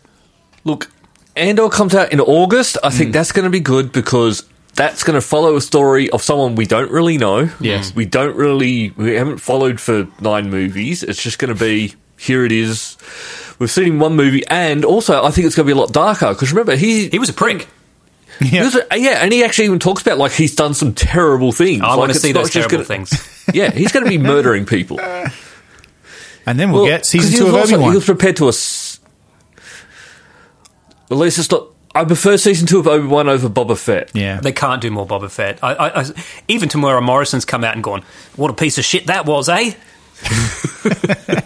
S2: Look, Andor comes out in August. I
S4: Hmm.
S2: think that's going to be good because that's going to follow a story of someone we don't really know.
S3: Yes.
S2: We don't really, we haven't followed for nine movies. It's just going to be, here it is. We've seen him one movie, and also I think it's going to be a lot darker because remember, he.
S4: he was a prick.
S2: he
S3: Yeah.
S2: was a- yeah, and he actually even talks about like he's done some terrible things.
S4: I
S2: Like,
S4: want to
S2: it's
S4: see
S2: not
S4: those
S2: just
S4: terrible
S2: gonna-
S4: things.
S2: Yeah, he's going to be murdering people.
S3: and then we'll,
S2: Well,
S3: get season
S2: 'cause he
S3: two
S2: was
S3: of
S2: also-
S3: Obi
S2: He
S3: Wan.
S2: was prepared to us. At least it's not. I prefer season two of Obi Wan over Boba Fett.
S3: Yeah,
S4: They can't do more Boba Fett. I, I, I, even Tamara Morrison's come out and gone, "What a piece of shit that was, eh?"
S3: well,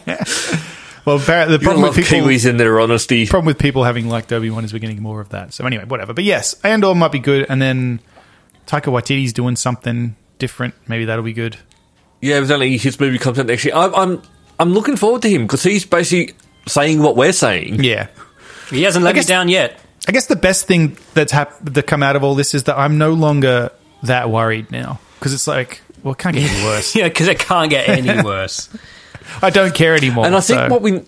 S3: Barrett, the
S2: You gotta
S3: problem
S2: love
S3: with people
S2: Kiwis in their honesty.
S3: problem with people having liked Obi Wan is we're getting more of that. So anyway, whatever. But yes, Andor might be good, and then Taika Waititi's doing something different. Maybe that'll be good.
S2: yeah, evidently his movie comes out next year. I'm, I'm, I'm looking forward to him because he's basically saying what we're saying.
S3: Yeah,
S4: He hasn't let
S3: guess-
S4: me down yet.
S3: I guess the best thing that's hap- that come out of all this is that I'm no longer that worried now because it's like, well, it can't get any worse.
S4: Yeah, because it can't get any worse.
S3: I don't care anymore.
S2: And I think
S3: so-
S2: what we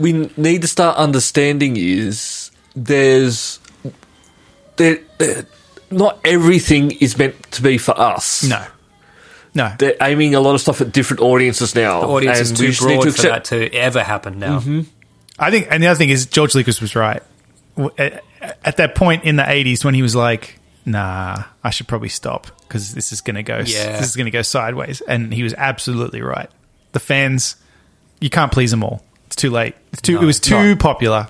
S2: we need to start understanding is there's there, there- not everything is meant to be for us.
S3: no, no,
S2: They're aiming a lot of stuff at different audiences now.
S4: The audience is
S2: and we
S4: too
S2: just need
S4: broad
S2: to
S4: for
S2: accept
S4: that to ever happen now.
S3: I think, and the other thing is George Lucas was right W- at, at that point in the '80s when he was like, "Nah, I should probably stop because this is going to go,
S4: Yeah.
S3: this is going to go sideways," and he was absolutely right. The fans, you can't please them all. It's too late. It's too.
S4: No.
S3: it was too
S4: No.
S3: popular.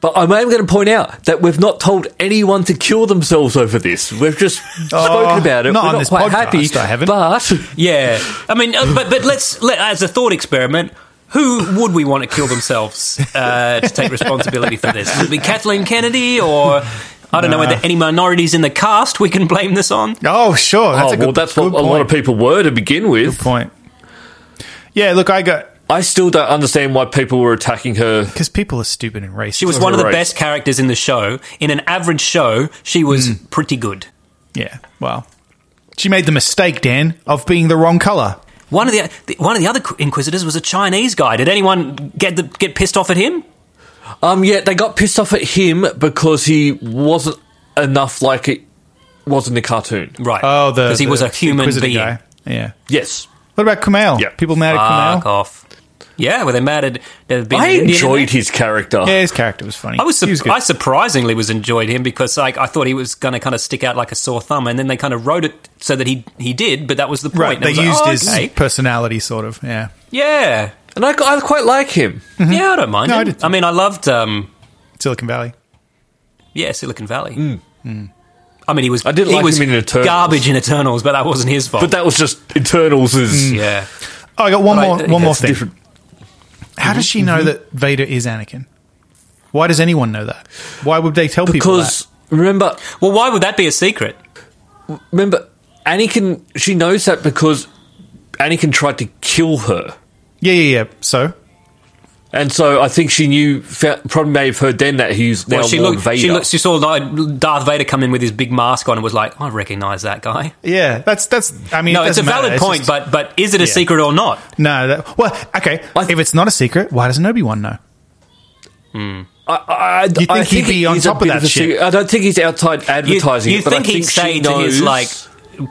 S2: But I'm even going to point out that we've not told anyone to kill themselves over this. We've just spoken about it.
S3: Oh, not
S2: We're
S3: on
S2: not
S3: this
S2: quite
S3: podcast,
S2: happy.
S3: I haven't.
S2: But oh,
S4: Yeah, I mean, uh, but but let's let, as a thought experiment. Who would we want to kill themselves uh, to take responsibility for this? Would it be Kathleen Kennedy, or I don't know whether any minorities in the cast we can blame this on?
S3: Oh, sure. That's
S2: oh
S3: a good,
S2: well, that's
S3: good
S2: what
S3: point.
S2: a lot of people were to begin with.
S3: point. Yeah, look, I got
S2: I still don't understand why people were attacking her.
S3: because people are stupid and racist.
S4: She was one of the
S2: Right.
S4: best characters in the show. In an average show, she was
S3: Hmm.
S4: pretty good.
S3: yeah. Well, she made the mistake, Dan, of being the wrong color.
S4: One of the, the one of the other inquisitors was a Chinese guy. Did anyone get the, get pissed off at him?
S2: Um, yeah, they got pissed off at him because he wasn't enough like it was in the cartoon.
S4: Right.
S3: Oh, the
S4: because he
S3: the
S4: was a human
S3: Inquisitor
S4: being. Ah,
S3: Guy. Yeah.
S2: Yes,
S3: What about Kumail?
S2: Yeah.
S3: People mad at
S4: Fuck
S3: Kumail?
S4: off. Yeah, were they mad at there being
S2: I
S4: an Indian in there?
S2: enjoyed his character.
S3: Yeah, his character was funny.
S4: I was, sur-
S3: He good.
S4: I surprisingly was enjoyed him because like I thought he was going to kind of stick out like a sore thumb, and then they kind of wrote it so that he he did, but that was the point.
S3: right.
S4: And I
S3: They
S4: was like,
S3: used
S4: "Oh,
S3: his
S4: okay.
S3: personality, sort of. Yeah.
S4: yeah,
S2: and I, I quite like him.
S3: Hmm.
S4: yeah. I don't mind.
S3: No, I
S4: him.
S3: did
S4: I, mean, I loved um,
S3: Silicon Valley.
S4: Yeah, Silicon Valley. I mean, he was.
S2: I didn't
S4: he
S2: like
S4: was
S2: him in Eternals.
S4: Garbage in Eternals, but that wasn't his fault.
S2: But that was just Eternals is
S4: yeah,
S3: Oh, I got one
S4: But I
S3: more.
S4: think
S3: one more
S4: that's Mm-hmm.
S3: thing.
S2: different.
S3: How does she know that Vader is Anakin? Why does anyone know that? Why would they tell people that?
S2: because remember
S4: Well, why would that be a secret?
S2: remember Anakin. She knows that because Anakin tried to kill her.
S3: Yeah, yeah, yeah. So
S2: And so I think she knew, fa- probably may have heard then that he's now
S4: Well, she
S2: Lord
S4: looked.
S2: Vader.
S4: She looked. She saw like Darth Vader come in with his big mask on and was like, "I recognize that guy."
S3: yeah, that's that's. I mean,
S4: no,
S3: it
S4: it's a
S3: doesn't matter.
S4: valid point,
S3: just-
S4: but but is it a
S3: Yeah.
S4: secret or not?
S3: no. That, well, okay.
S2: I th-
S3: if it's not a secret, why doesn't Obi Wan know?
S2: I, I, you
S3: think he'd be on top of that shit?
S2: I don't think he's outside
S4: You,
S2: advertising.
S4: you
S2: it, but
S4: think
S2: I
S4: he'd
S2: think she
S4: say to
S2: knows,
S4: his like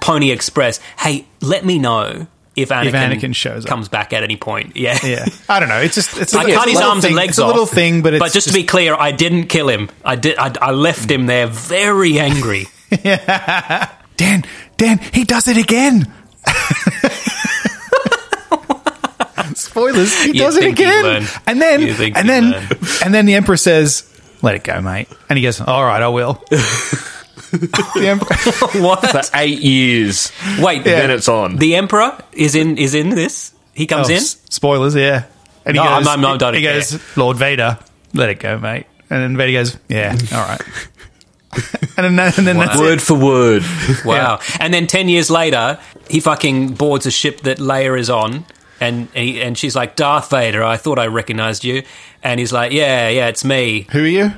S4: Pony Express, "Hey, let me know if Anakin,
S3: Anakin shows up."
S4: comes back at any point." Yeah,
S3: Yeah, I don't know. It's just it's. a
S4: I
S3: little-
S4: cut
S3: it's
S4: his
S3: a little
S4: arms
S3: thing.
S4: and legs
S3: It's a little
S4: off.
S3: thing, but it's
S4: but just, to be clear, I didn't kill him. I did. I, I left him there, very angry.
S3: Dan, Dan, he does it again. Spoilers. He
S4: You'd
S3: does it
S4: think he'd
S3: again.
S4: learn.
S3: And then
S4: You'd think
S3: and
S4: he'd
S3: then
S4: learn.
S3: and then the emperor says, "Let it go, mate." And he goes, "All right, I will." the emperor.
S2: for
S4: what?
S2: eight years.
S4: Wait,
S2: Then it's on.
S4: the Emperor is in. Is in this? He
S3: Oh,
S4: comes in.
S3: s- spoilers, yeah. And
S4: No, I'm- I'm- I'm done
S3: He
S4: with
S3: goes, "Lord Vader, let it go, mate." And then Vader goes, "Yeah, all right." and then, and then that's it.
S2: Word for word.
S4: Wow. And then 10 years later, he fucking boards a ship that Leia is on. And he, and she's like, Darth Vader, I thought I recognized you. And he's like, Yeah, yeah, it's me.
S3: Who are you?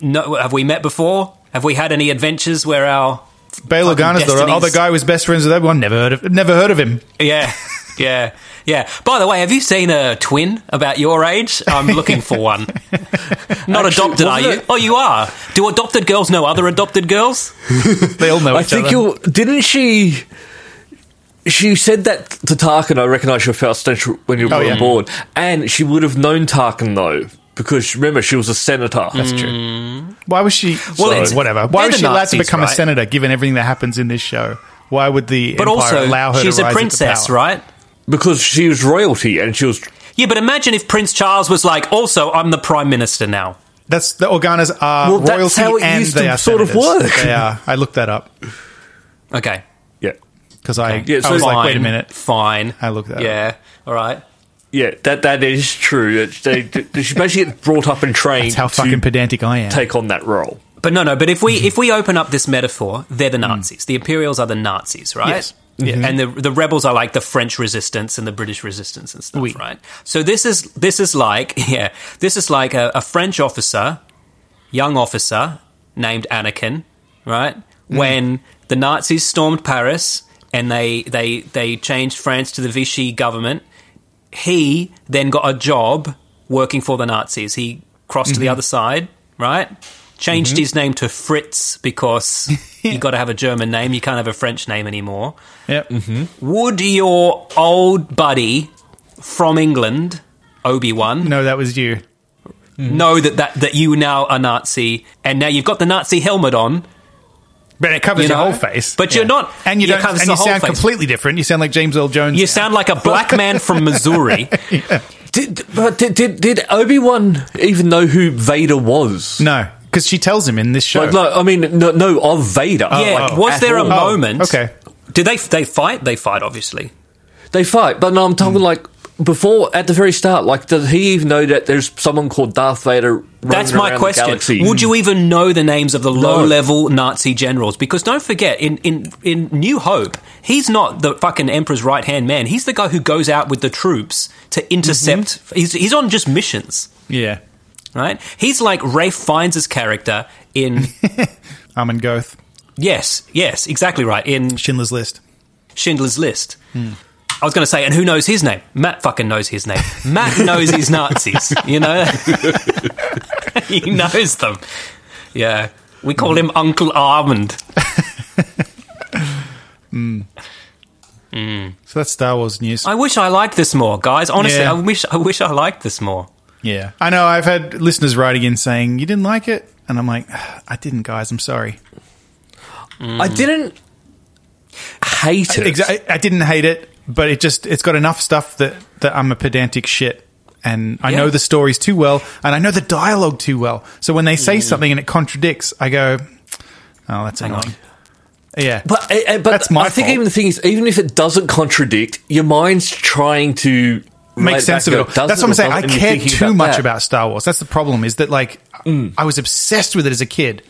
S4: No, have we met before? Have we had any adventures where our.
S3: Bail
S4: Fucking
S3: Organa's the
S4: destinies.
S3: other guy who was best friends with everyone. Never heard of. Never heard of him.
S4: Yeah, yeah, yeah. By the way, have you seen a twin about your age? I'm looking for one. Not adopted, are
S2: wasn't
S4: you?
S2: it-
S4: Oh, you are. Do adopted girls know other adopted girls?
S3: They all know
S2: I
S3: each
S2: think
S3: other.
S2: you didn't she. She said that to Tarkin. I recognise your first stench when you were
S3: Oh, yeah.
S2: on board, and she would have known Tarkin though, because remember she was a senator. Mm. That's true.
S3: Why was she?
S4: Well,
S3: Well,
S4: it's-
S3: whatever. Why
S4: they're
S3: was
S4: the
S3: she allowed to
S4: Nazis,
S3: become a
S4: right?
S3: senator, given everything that happens in this show? Why would the
S4: But
S3: Empire
S4: also,
S3: allow her?
S4: she's
S3: to
S4: a
S3: rise
S4: princess,
S3: into power?
S4: right?
S2: Because she was royalty, and she was
S4: Yeah, but imagine if Prince Charles was like, also, I'm the Prime Minister now.
S3: That's the Organas are
S2: Well, that's
S3: royalty,
S2: how it
S3: and
S2: used
S3: they
S2: to
S3: are
S2: sort of
S3: senators.
S2: work.
S3: They are. I looked that up
S4: Okay.
S2: yeah,
S3: because I,
S2: Yeah, so
S3: I was
S2: fine.
S3: like, wait a minute.
S4: Fine.
S3: I looked that
S4: Yeah. All right.
S2: yeah. That that is true. It- They, they- she basically gets brought up and trained
S3: That's how
S2: to
S3: fucking pedantic I am.
S2: take on that role.
S4: But no, no. But if
S3: Mm-hmm.
S4: we if we open up this metaphor, they're the Nazis. The Imperials are the Nazis, right?
S3: Mm. Yes. Mhm.
S4: And the the rebels are like the French Resistance and the British Resistance and stuff,
S3: Oui.
S4: right? So this is this is like yeah, this is like a, a French officer, young officer named Anakin, right?
S3: Mm.
S4: When the Nazis stormed Paris and they they they changed France to the Vichy government, he then got a job working for the Nazis. He crossed to the other side, right? Changed his name to Fritz because you got to have a German name. You can't have a French name anymore.
S3: Yep.
S4: Mm-hmm. Would your old buddy from England, Obi Wan,
S3: No, that was you.
S4: know that, that that you now are Nazi and now you've got the Nazi helmet on?
S3: But it covers
S4: You
S3: your
S4: know?
S3: whole face.
S4: But you're not-
S3: and you
S4: it
S3: don't,
S4: covers
S3: and
S4: the
S3: you
S4: whole
S3: sound
S4: face.
S3: completely different. You sound like James Earl Jones.
S4: You
S3: now.
S4: sound like a black man from Missouri.
S2: Did, but did did, did Obi Wan even know who Vader was?
S3: no, because she tells him in this show.
S2: Like, no, I mean, no, no of Vader.
S4: yeah,
S2: like,
S4: was
S2: at
S4: there a
S2: all.
S3: Oh,
S4: moment?
S3: okay.
S4: Did they they fight? They fight, obviously.
S2: They fight, but no, I'm talking
S3: Hmm.
S2: like before at the very start. Like, does he even know that there's someone called Darth Vader?
S4: That's
S2: running
S4: my
S2: around The
S4: question.
S2: galaxy?
S4: Would you even know the names of the low-level Nazi generals? Because don't forget, in, in in New Hope, he's not the fucking Emperor's right-hand man. He's the guy who goes out with the troops to intercept.
S2: Mm-hmm.
S4: He's, he's on just missions,
S3: yeah,
S4: right? He's like Rafe Fiennes' character in.
S3: Armin Goth,
S4: yes, yes, exactly right. In
S3: Schindler's List.
S4: Schindler's List. I was going to say, and who knows his name? Matt fucking knows his name. Matt knows his Nazis, you know? he knows them. Yeah. We call him Uncle Armand.
S3: So that's Star Wars news.
S4: I wish I liked this more, guys. Honestly,
S3: Yeah.
S4: I wish I wish I liked this more.
S3: yeah, I know. I've had listeners writing in saying you didn't like it, and I'm like, I didn't, guys. I'm sorry. Hmm.
S2: I didn't hate it.
S3: Exa- I I didn't hate it, but it just it's got enough stuff that that I'm a pedantic shit, and I
S4: Yeah.
S3: know the stories too well, and I know the dialogue too well. So when they
S2: Mm.
S3: say something and it contradicts, I go, "Oh, that's annoying." Yeah,
S2: But, eh, eh, but
S3: That's my
S2: I think
S3: fault.
S2: even the thing is, even if it doesn't contradict, your mind's trying to relate
S3: make sense of
S2: back
S3: it.
S2: to
S3: All.
S2: does it
S3: That's what I'm
S2: or
S3: saying. I
S2: doesn't, and you're
S3: cared
S2: thinking
S3: too much
S2: that. Mm.
S3: about Star Wars. That's the problem. Is that like I was obsessed with it as a kid.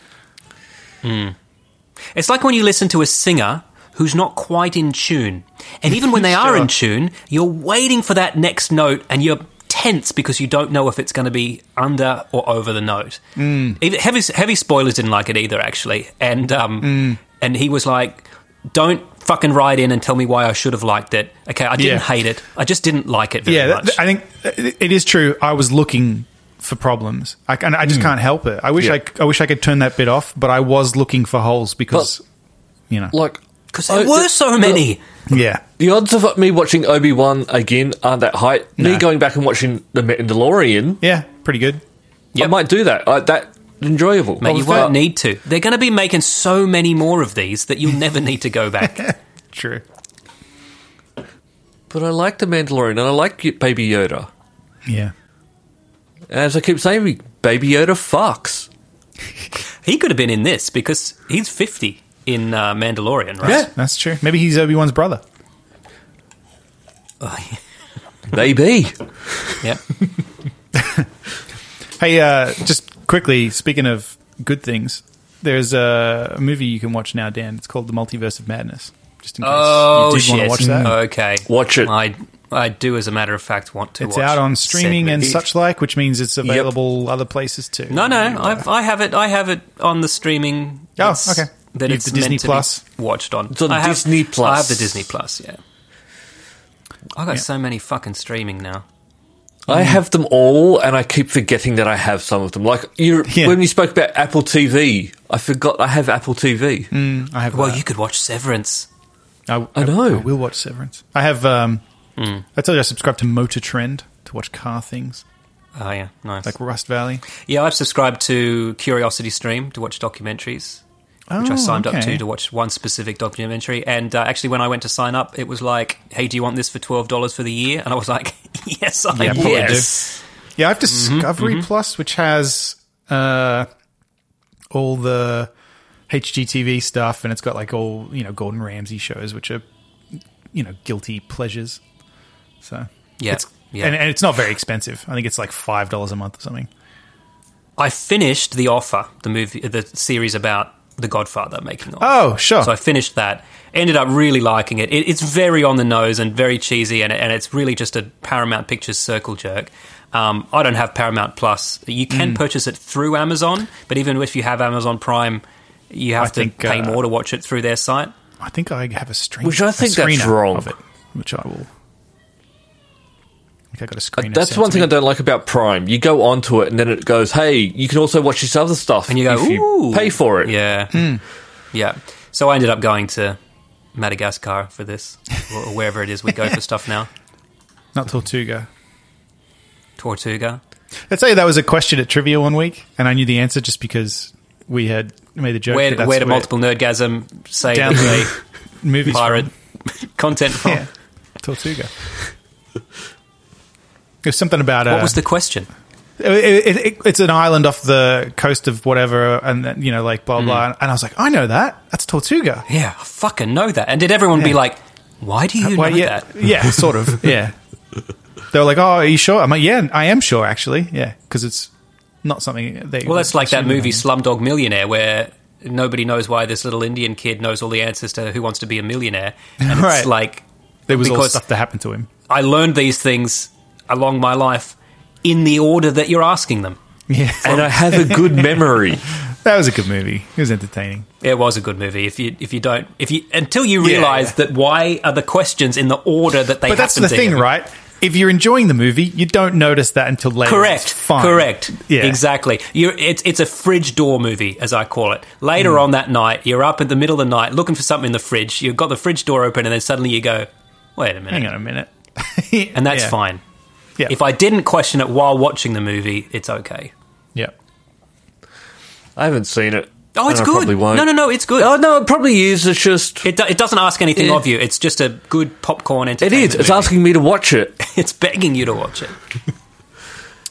S4: It's like when you listen to a singer who's not quite in tune. And even when they are in tune, you're waiting for that next note and you're tense because you don't know if it's going to be under or over the note. Mm. Heavy, heavy spoilers didn't like it either, actually. And, um,
S2: Mm.
S4: and he was like, don't fucking write in and tell me why I should have liked it. Okay, I didn't
S3: Yeah.
S4: hate it. I just didn't like it very
S3: yeah,
S4: much.
S3: th- I think it is true. I was looking for problems. I, and I just
S4: Hmm.
S3: can't help it. I wish I, c- I wish I could turn that bit off, but I was looking for holes because, you know,
S2: Like,
S4: Because
S2: I-
S4: there were
S2: the-
S4: so many.
S3: yeah,
S2: The odds of me watching Obi Wan again aren't that high.
S3: No.
S2: Me going back and watching The Mandalorian,
S3: yeah, pretty good.
S2: I
S4: Yep.
S2: might do that. I, that enjoyable. I
S4: Mate, you
S2: was
S4: won't
S2: like-
S4: need to. They're going to be making so many more of these that you'll never need to go back.
S3: True.
S2: but I like The Mandalorian and I like Y- Baby Yoda.
S3: Yeah.
S2: And as I keep saying, Baby Yoda fucks.
S4: He could have been in this because he's 50 in uh, Mandalorian, right?
S2: Yeah.
S3: That's true. Maybe he's Obi Wan's brother.
S2: Maybe.
S4: yeah.
S3: Hey, uh, just quickly, speaking of good things, there's a movie you can watch now, Dan. It's called The Multiverse of Madness. Just in case
S4: Oh,
S3: you did
S4: shit.
S3: want to watch that.
S4: Okay.
S2: Watch it.
S4: I, I do, as a matter of fact, want to
S3: it's
S4: watch
S3: out on streaming and
S4: segment.
S3: such like, which means it's available other places too.
S4: No, no. I've, I have it. I have it on the streaming.
S3: Oh,
S4: that's-
S3: okay.
S4: That
S3: You've
S4: it's
S3: the Disney
S4: meant to
S3: Plus?
S4: be watched on.
S2: It's on
S4: I have,
S2: Disney Plus.
S4: I have the Disney Plus, yeah. I got so many fucking streaming now.
S2: I have them all, and I keep forgetting that I have some of them. Like you,
S3: Yeah.
S2: when you spoke about Apple TV, I forgot I have Apple TV.
S4: Mm.
S3: Mm, I have
S4: Well,
S3: that.
S4: you could watch Severance.
S3: I,
S2: I know.
S3: I will watch Severance. I have. Um, I told you I subscribe to Motor Trend to watch car things
S4: Oh, yeah. Nice.
S3: like Rust Valley.
S4: Yeah, I've subscribed to Curiosity Stream to watch documentaries, which I
S3: Oh,
S4: signed up
S3: okay.
S4: to to watch one specific documentary. And uh, actually, when I went to sign up, it was like, "Hey, do you want this for twelve dollars for the year?" And I was like, "Yes, I
S3: Yeah, probably
S4: yes."
S3: Yeah, I have Discovery Plus, which has uh, all the HGTV stuff, and it's got like all you know Gordon Ramsay shows, which are you know guilty pleasures. So
S4: Yeah,
S3: it's,
S4: yeah.
S3: And, and it's not very expensive. I think it's like five dollars a month or something.
S4: I finished The Offer, the movie, the series about the Godfather making. the offer.
S3: Oh, sure.
S4: So I finished that. Ended up really liking it. it it's very on the nose and very cheesy, and, and it's really just a Paramount Pictures circle jerk. Um, I don't have Paramount Plus. You can
S3: Hmm.
S4: purchase it through Amazon, but even if you have Amazon Prime, you have
S3: I
S4: to
S3: think,
S4: pay
S3: uh,
S4: more to watch it through their site.
S3: I think I have a stream,
S2: Which I
S3: a
S2: think that's
S3: screener
S2: wrong.
S3: Of it, which I will. I think I got a
S2: Uh,
S3: screener.
S2: That's
S3: sent
S2: one
S3: to
S2: thing I
S3: me.
S2: don't like about Prime. You go onto it, and then it goes, "Hey, you can also watch this other stuff."
S4: And you go,
S2: if
S4: Ooh.
S2: pay for it.
S4: Yeah.
S3: Hmm.
S4: Yeah. So I ended up going to Madagascar for this, or wherever it is we go for stuff now.
S3: Not Tortuga.
S4: Tortuga.
S3: Let's say that was a question at trivia one week, and I knew the answer just because we had made a joke.
S4: Where,
S3: that that's
S4: where did multiple nerdgasm say
S3: down
S4: that they
S3: the movies from.
S4: pirate content from?
S3: Yeah, Tortuga. There's something about uh,
S4: What was the question?
S3: it, it, it, it's an island off the coast of whatever, and then, you know, like blah blah.
S2: Mm.
S3: And I was like, I know that. That's Tortuga.
S4: Yeah, I fucking know that. And did everyone be
S3: Yeah. Uh,
S4: like, why do you
S3: Well,
S4: know
S3: yeah,
S4: that?
S3: yeah, sort of. Yeah, they were like, "Oh, are you sure?" I'm like, "Yeah, I am sure, actually. Yeah, because it's not something they."
S4: Well, that's like that movie
S3: Slum.
S4: Slumdog Millionaire where nobody knows why this little Indian kid knows all the answers to Who Wants to Be a Millionaire. And
S3: Right.
S4: it's like,
S3: there was all
S4: because-
S3: stuff that happened to him.
S4: I learned these things along my life in the order that you're asking them.
S3: Yeah,
S2: And I have a good memory.
S3: uh, that was a good movie. It was entertaining.
S4: It was a good movie. If you if you don't if you until you
S3: Yeah,
S4: realize
S3: yeah.
S4: that why are the questions in the order that they
S3: But that's
S4: happen
S3: the
S4: to
S3: thing,
S4: you.
S3: right? If you're enjoying the movie, you don't notice that until later.
S4: Correct.
S3: It's fine.
S4: Correct.
S3: Yeah.
S4: Exactly. You're, it's it's a fridge door movie, as I call it. Later
S3: Hmm.
S4: on that night, you're up in the middle of the night looking for something in the fridge. You've got the fridge door open, and then suddenly you go, "Wait a minute,"
S3: Hang on a minute.
S4: and that's
S3: Yeah.
S4: fine.
S3: Yeah.
S4: If I didn't question it while watching the movie, it's okay.
S3: yeah.
S2: I haven't seen it.
S4: Oh, it's
S2: and I
S4: good.
S2: Probably won't.
S4: No, no, no, it's good.
S2: Oh no, it probably is. It's just
S4: It, do- it doesn't ask anything
S2: It-
S4: of you. It's just a good popcorn
S2: it
S4: entertainment.
S2: is. It's
S4: movie.
S2: asking me to watch it.
S4: It's begging you to watch it.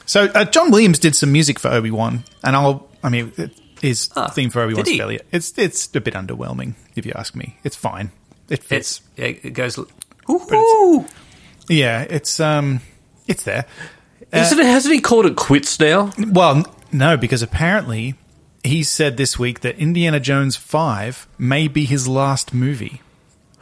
S3: So uh, John Williams did some music for Obi Wan, and I'll. I mean, it, his
S2: Ah,
S3: theme for Obi Wan's
S4: did he?
S3: failure. It's it's a bit underwhelming, if you ask me. It's fine. It fits.
S4: It's it goes. Woohoo!
S3: yeah, it's um, it's there.
S4: Uh,
S2: Isn't it, hasn't he called it quits now?
S3: Well, n- no, because apparently he said this week that Indiana Jones Five may be his last movie,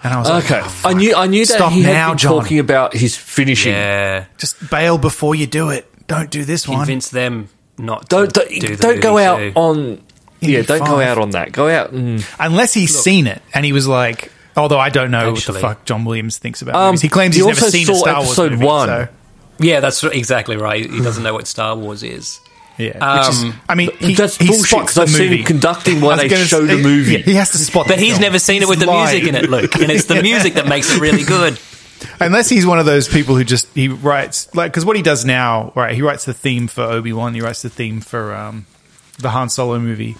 S3: and I was
S2: Okay,
S3: like, "Oh,
S2: I knew I knew that
S3: Stop
S2: he had
S3: now,
S2: been
S3: John.
S2: talking about his finishing.
S4: Yeah,
S3: just bail before you do it. Don't do this one.
S4: convince them not.
S2: Don't
S4: to
S2: don't,
S4: do the
S2: don't go
S4: movie
S2: out
S4: too.
S2: on. Yeah, don't go
S3: five.
S2: out on that. Go out and
S3: Unless he's seen it and he was like, although I don't know what
S4: Actually-
S3: the fuck John Williams thinks about
S2: Um,
S3: movies. He claims
S2: he
S3: he's never
S2: also
S3: seen a
S2: saw
S3: Star
S2: episode
S3: Wars movie.
S2: one.
S3: So,
S4: Yeah, that's r- exactly right. He doesn't know what Star Wars is.
S3: yeah, which is,
S4: Um,
S3: I mean, he,
S2: that's
S3: he
S2: bullshit
S3: spots
S2: because
S3: the
S2: I've seen
S3: movie.
S2: him conducting while
S3: I was
S2: they
S3: gonna
S2: show
S3: say-
S2: the movie.
S3: yeah, he has to spot.
S4: But he's never seen it with the music in it, Luke. And it's the music that makes it really good.
S3: Unless he's one of those people who just he writes like because what he does now, right? He writes the theme for Obi Wan. He writes the theme for um, the Han Solo movie,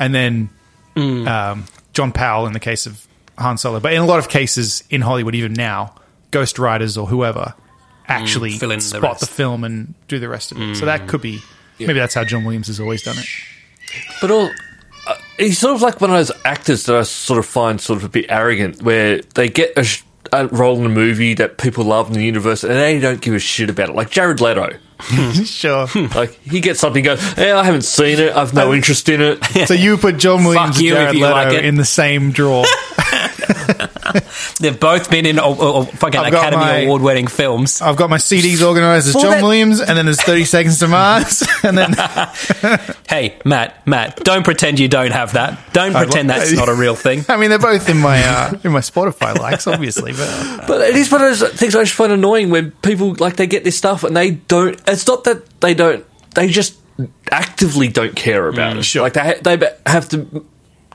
S3: and then
S4: Mm.
S3: um, John Powell in the case of Han Solo. But in a lot of cases in Hollywood, even now, ghost writers or whoever actually
S4: Mm, fill in the
S3: spot
S4: rest. Mm.
S3: the, film and do the rest of it. So that could be maybe that's how John Williams has always done it.
S2: But all, uh, he's sort of like one of those actors that I sort of find sort of a bit arrogant, where they get a, sh- a role in a movie that people love in the universe, and they don't give a shit about it. Like Jared Leto,
S3: sure.
S4: Hmm.
S2: like he gets something, goes, "Yeah, I haven't seen it. I've no interest in it."
S3: so you put John Williams and
S4: you if
S3: Jared
S4: you
S3: Leto
S4: like it.
S3: in the same drawer.
S4: They've both been in oh, oh, oh, fucking
S3: I've got
S4: Academy
S3: my-
S4: Award winning films.
S3: I've got my CDs organized as
S2: Well,
S3: John
S2: that-
S3: Williams, and then there's 30 Seconds to Mars, and then
S4: Hey, Matt, Matt, don't pretend you don't have that. Don't
S3: I'd
S4: pretend
S3: like-
S4: that's not a real thing.
S3: I mean, they're both in my uh, in my Spotify likes, obviously. But uh,
S2: But it is one of those things I just find annoying when people like they get this stuff and they don't. It's not that they don't. They just actively don't care about it. Like they ha- they be- have to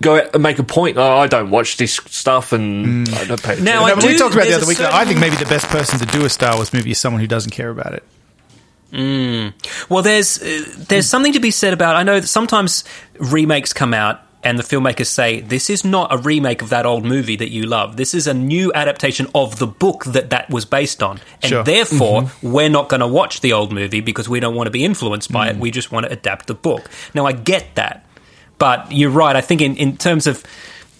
S2: go out and make a point. Oh, I don't watch this stuff and I don't pay. attention."
S4: Now I
S3: No, but we
S4: do-
S3: talked about the
S4: there's
S3: other
S4: a
S3: week. that
S4: certain-
S3: I think maybe the best person to do a Star Wars movie is someone who doesn't care about it.
S4: Well, there's uh, there's something to be said about. I know that sometimes remakes come out and the filmmakers say this is not a remake of that old movie that you love. This is a new adaptation of the book that that was based on, and
S3: Sure.
S4: therefore we're not going to watch the old movie because we don't want to be influenced by it. We just want to adapt the book. Now I get that, but you're right. I think in in terms of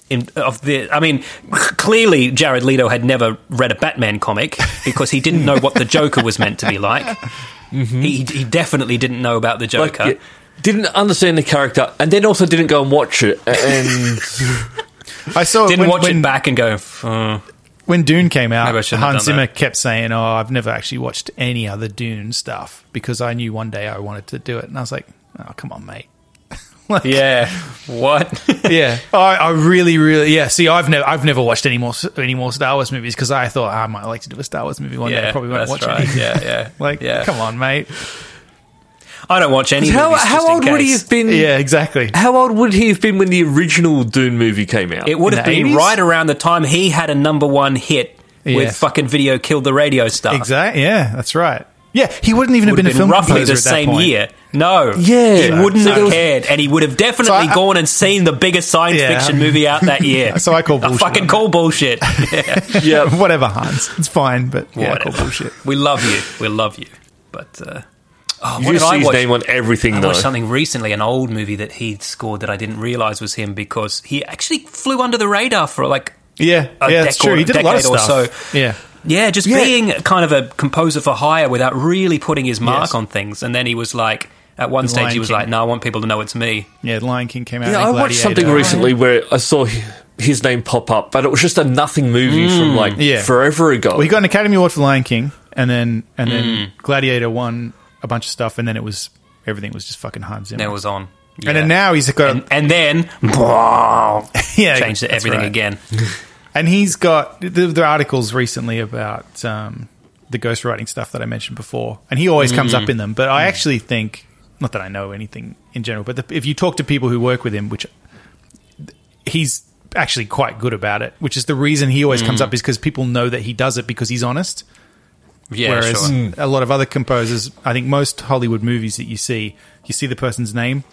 S4: in, of the, I mean, clearly Jared Leto had never read a Batman comic because he didn't know what the Joker was meant to be like. He,
S3: Hmm?
S4: he definitely didn't know about the
S2: like
S4: Joker.
S2: yeah, didn't understand the character and then also didn't go and watch it. And
S3: I saw it
S4: Didn't
S3: when,
S4: watch
S3: when,
S4: it back and go. "F- uh."
S3: when Dune came out.
S4: Maybe I shouldn't have
S3: Hans
S4: done
S3: Zimmer
S4: that.
S3: kept saying, "Oh, I've never actually watched any other Dune stuff because I knew one day I wanted to do it." And I was like, "Oh, come on, mate." like,
S4: Yeah. What?
S3: yeah. I, I really, really, yeah. See, I've never, I've never watched any more, any more Star Wars movies because I thought "Ah, I might like to do a Star Wars movie one day. I
S4: yeah.
S3: probably won't
S4: that's
S3: watch
S4: right.
S3: any.
S4: Yeah, yeah.
S3: Like,
S4: yeah.
S3: come on, mate.
S4: I don't watch any.
S2: how
S4: movies just
S2: how
S4: in
S2: old would he
S4: case.
S2: have been?
S3: Yeah, exactly.
S2: How old would he have been when the original Dune movie came out?
S4: It would
S3: In
S4: have
S3: the
S4: been
S3: 80s?
S4: right around the time he had a number one hit with
S3: Yes.
S4: fucking video killed the radio star.
S3: Exactly. Yeah, that's right. Yeah, he wouldn't even have been,
S4: Would
S3: a
S4: have been
S3: film
S4: roughly
S3: composer
S4: the
S3: at that
S4: same
S3: point.
S4: year. No,
S2: Yeah.
S4: he
S2: So-
S4: wouldn't
S2: so there
S4: have
S2: was-
S4: cared, and he would have definitely
S3: So I-
S4: gone and seen the biggest science
S3: Yeah.
S4: fiction movie out that year.
S3: So I call bullshit
S4: fucking
S3: on
S4: call bullshit. Yeah.
S2: yeah.
S3: Whatever, Hans. It's fine, but yeah, I call
S4: Whatever.
S3: bullshit.
S4: We love you. We love you. But uh, oh, what
S2: You
S4: did
S2: see
S4: I
S2: his
S4: watch?
S2: name on everything
S4: I
S2: though.
S4: watched something recently, an old movie that he scored that I didn't realize was him because he actually flew under the radar for like
S3: Yeah,
S4: A
S3: yeah, that's
S4: decade-
S3: true. He did a lot of
S4: decade or
S3: stuff.
S4: so.
S3: Yeah,
S4: Yeah, just
S2: Yeah.
S4: being kind of a composer for hire without really putting his mark
S3: Yes.
S4: on things. And then he was like, at one
S3: The
S4: stage,
S3: Lion
S4: he was
S3: King.
S4: like, no, I want people to know it's me.
S3: yeah. The Lion King came out.
S2: Yeah,
S3: and
S2: I watched something
S3: Gladiator.
S2: recently where I saw h- his name pop up, but it was just a nothing movie from like
S3: Mm. Yeah.
S2: forever ago.
S3: Well, he got an Academy Award for Lion King, and then and
S4: Mm.
S3: then Gladiator won a bunch of stuff, and then it was everything was just fucking Hans Zimmer.
S4: And it was on. Yeah.
S3: and then now he's got
S4: And, and then, yeah, changed to
S3: that's
S4: everything
S3: right.
S4: again.
S3: And he's got the, the articles recently about um, the ghostwriting stuff that I mentioned before, and he always comes
S4: Mm.
S3: up in them. But I actually think, not that I know anything in general, but the, if you talk to people who work with him, which he's actually quite good about it, which is the reason he always
S4: Mm.
S3: comes up is because people know that he does it because he's honest.
S4: Yeah,
S3: Whereas
S4: sure.
S3: a lot of other composers, I think most Hollywood movies that you see, you see the person's name,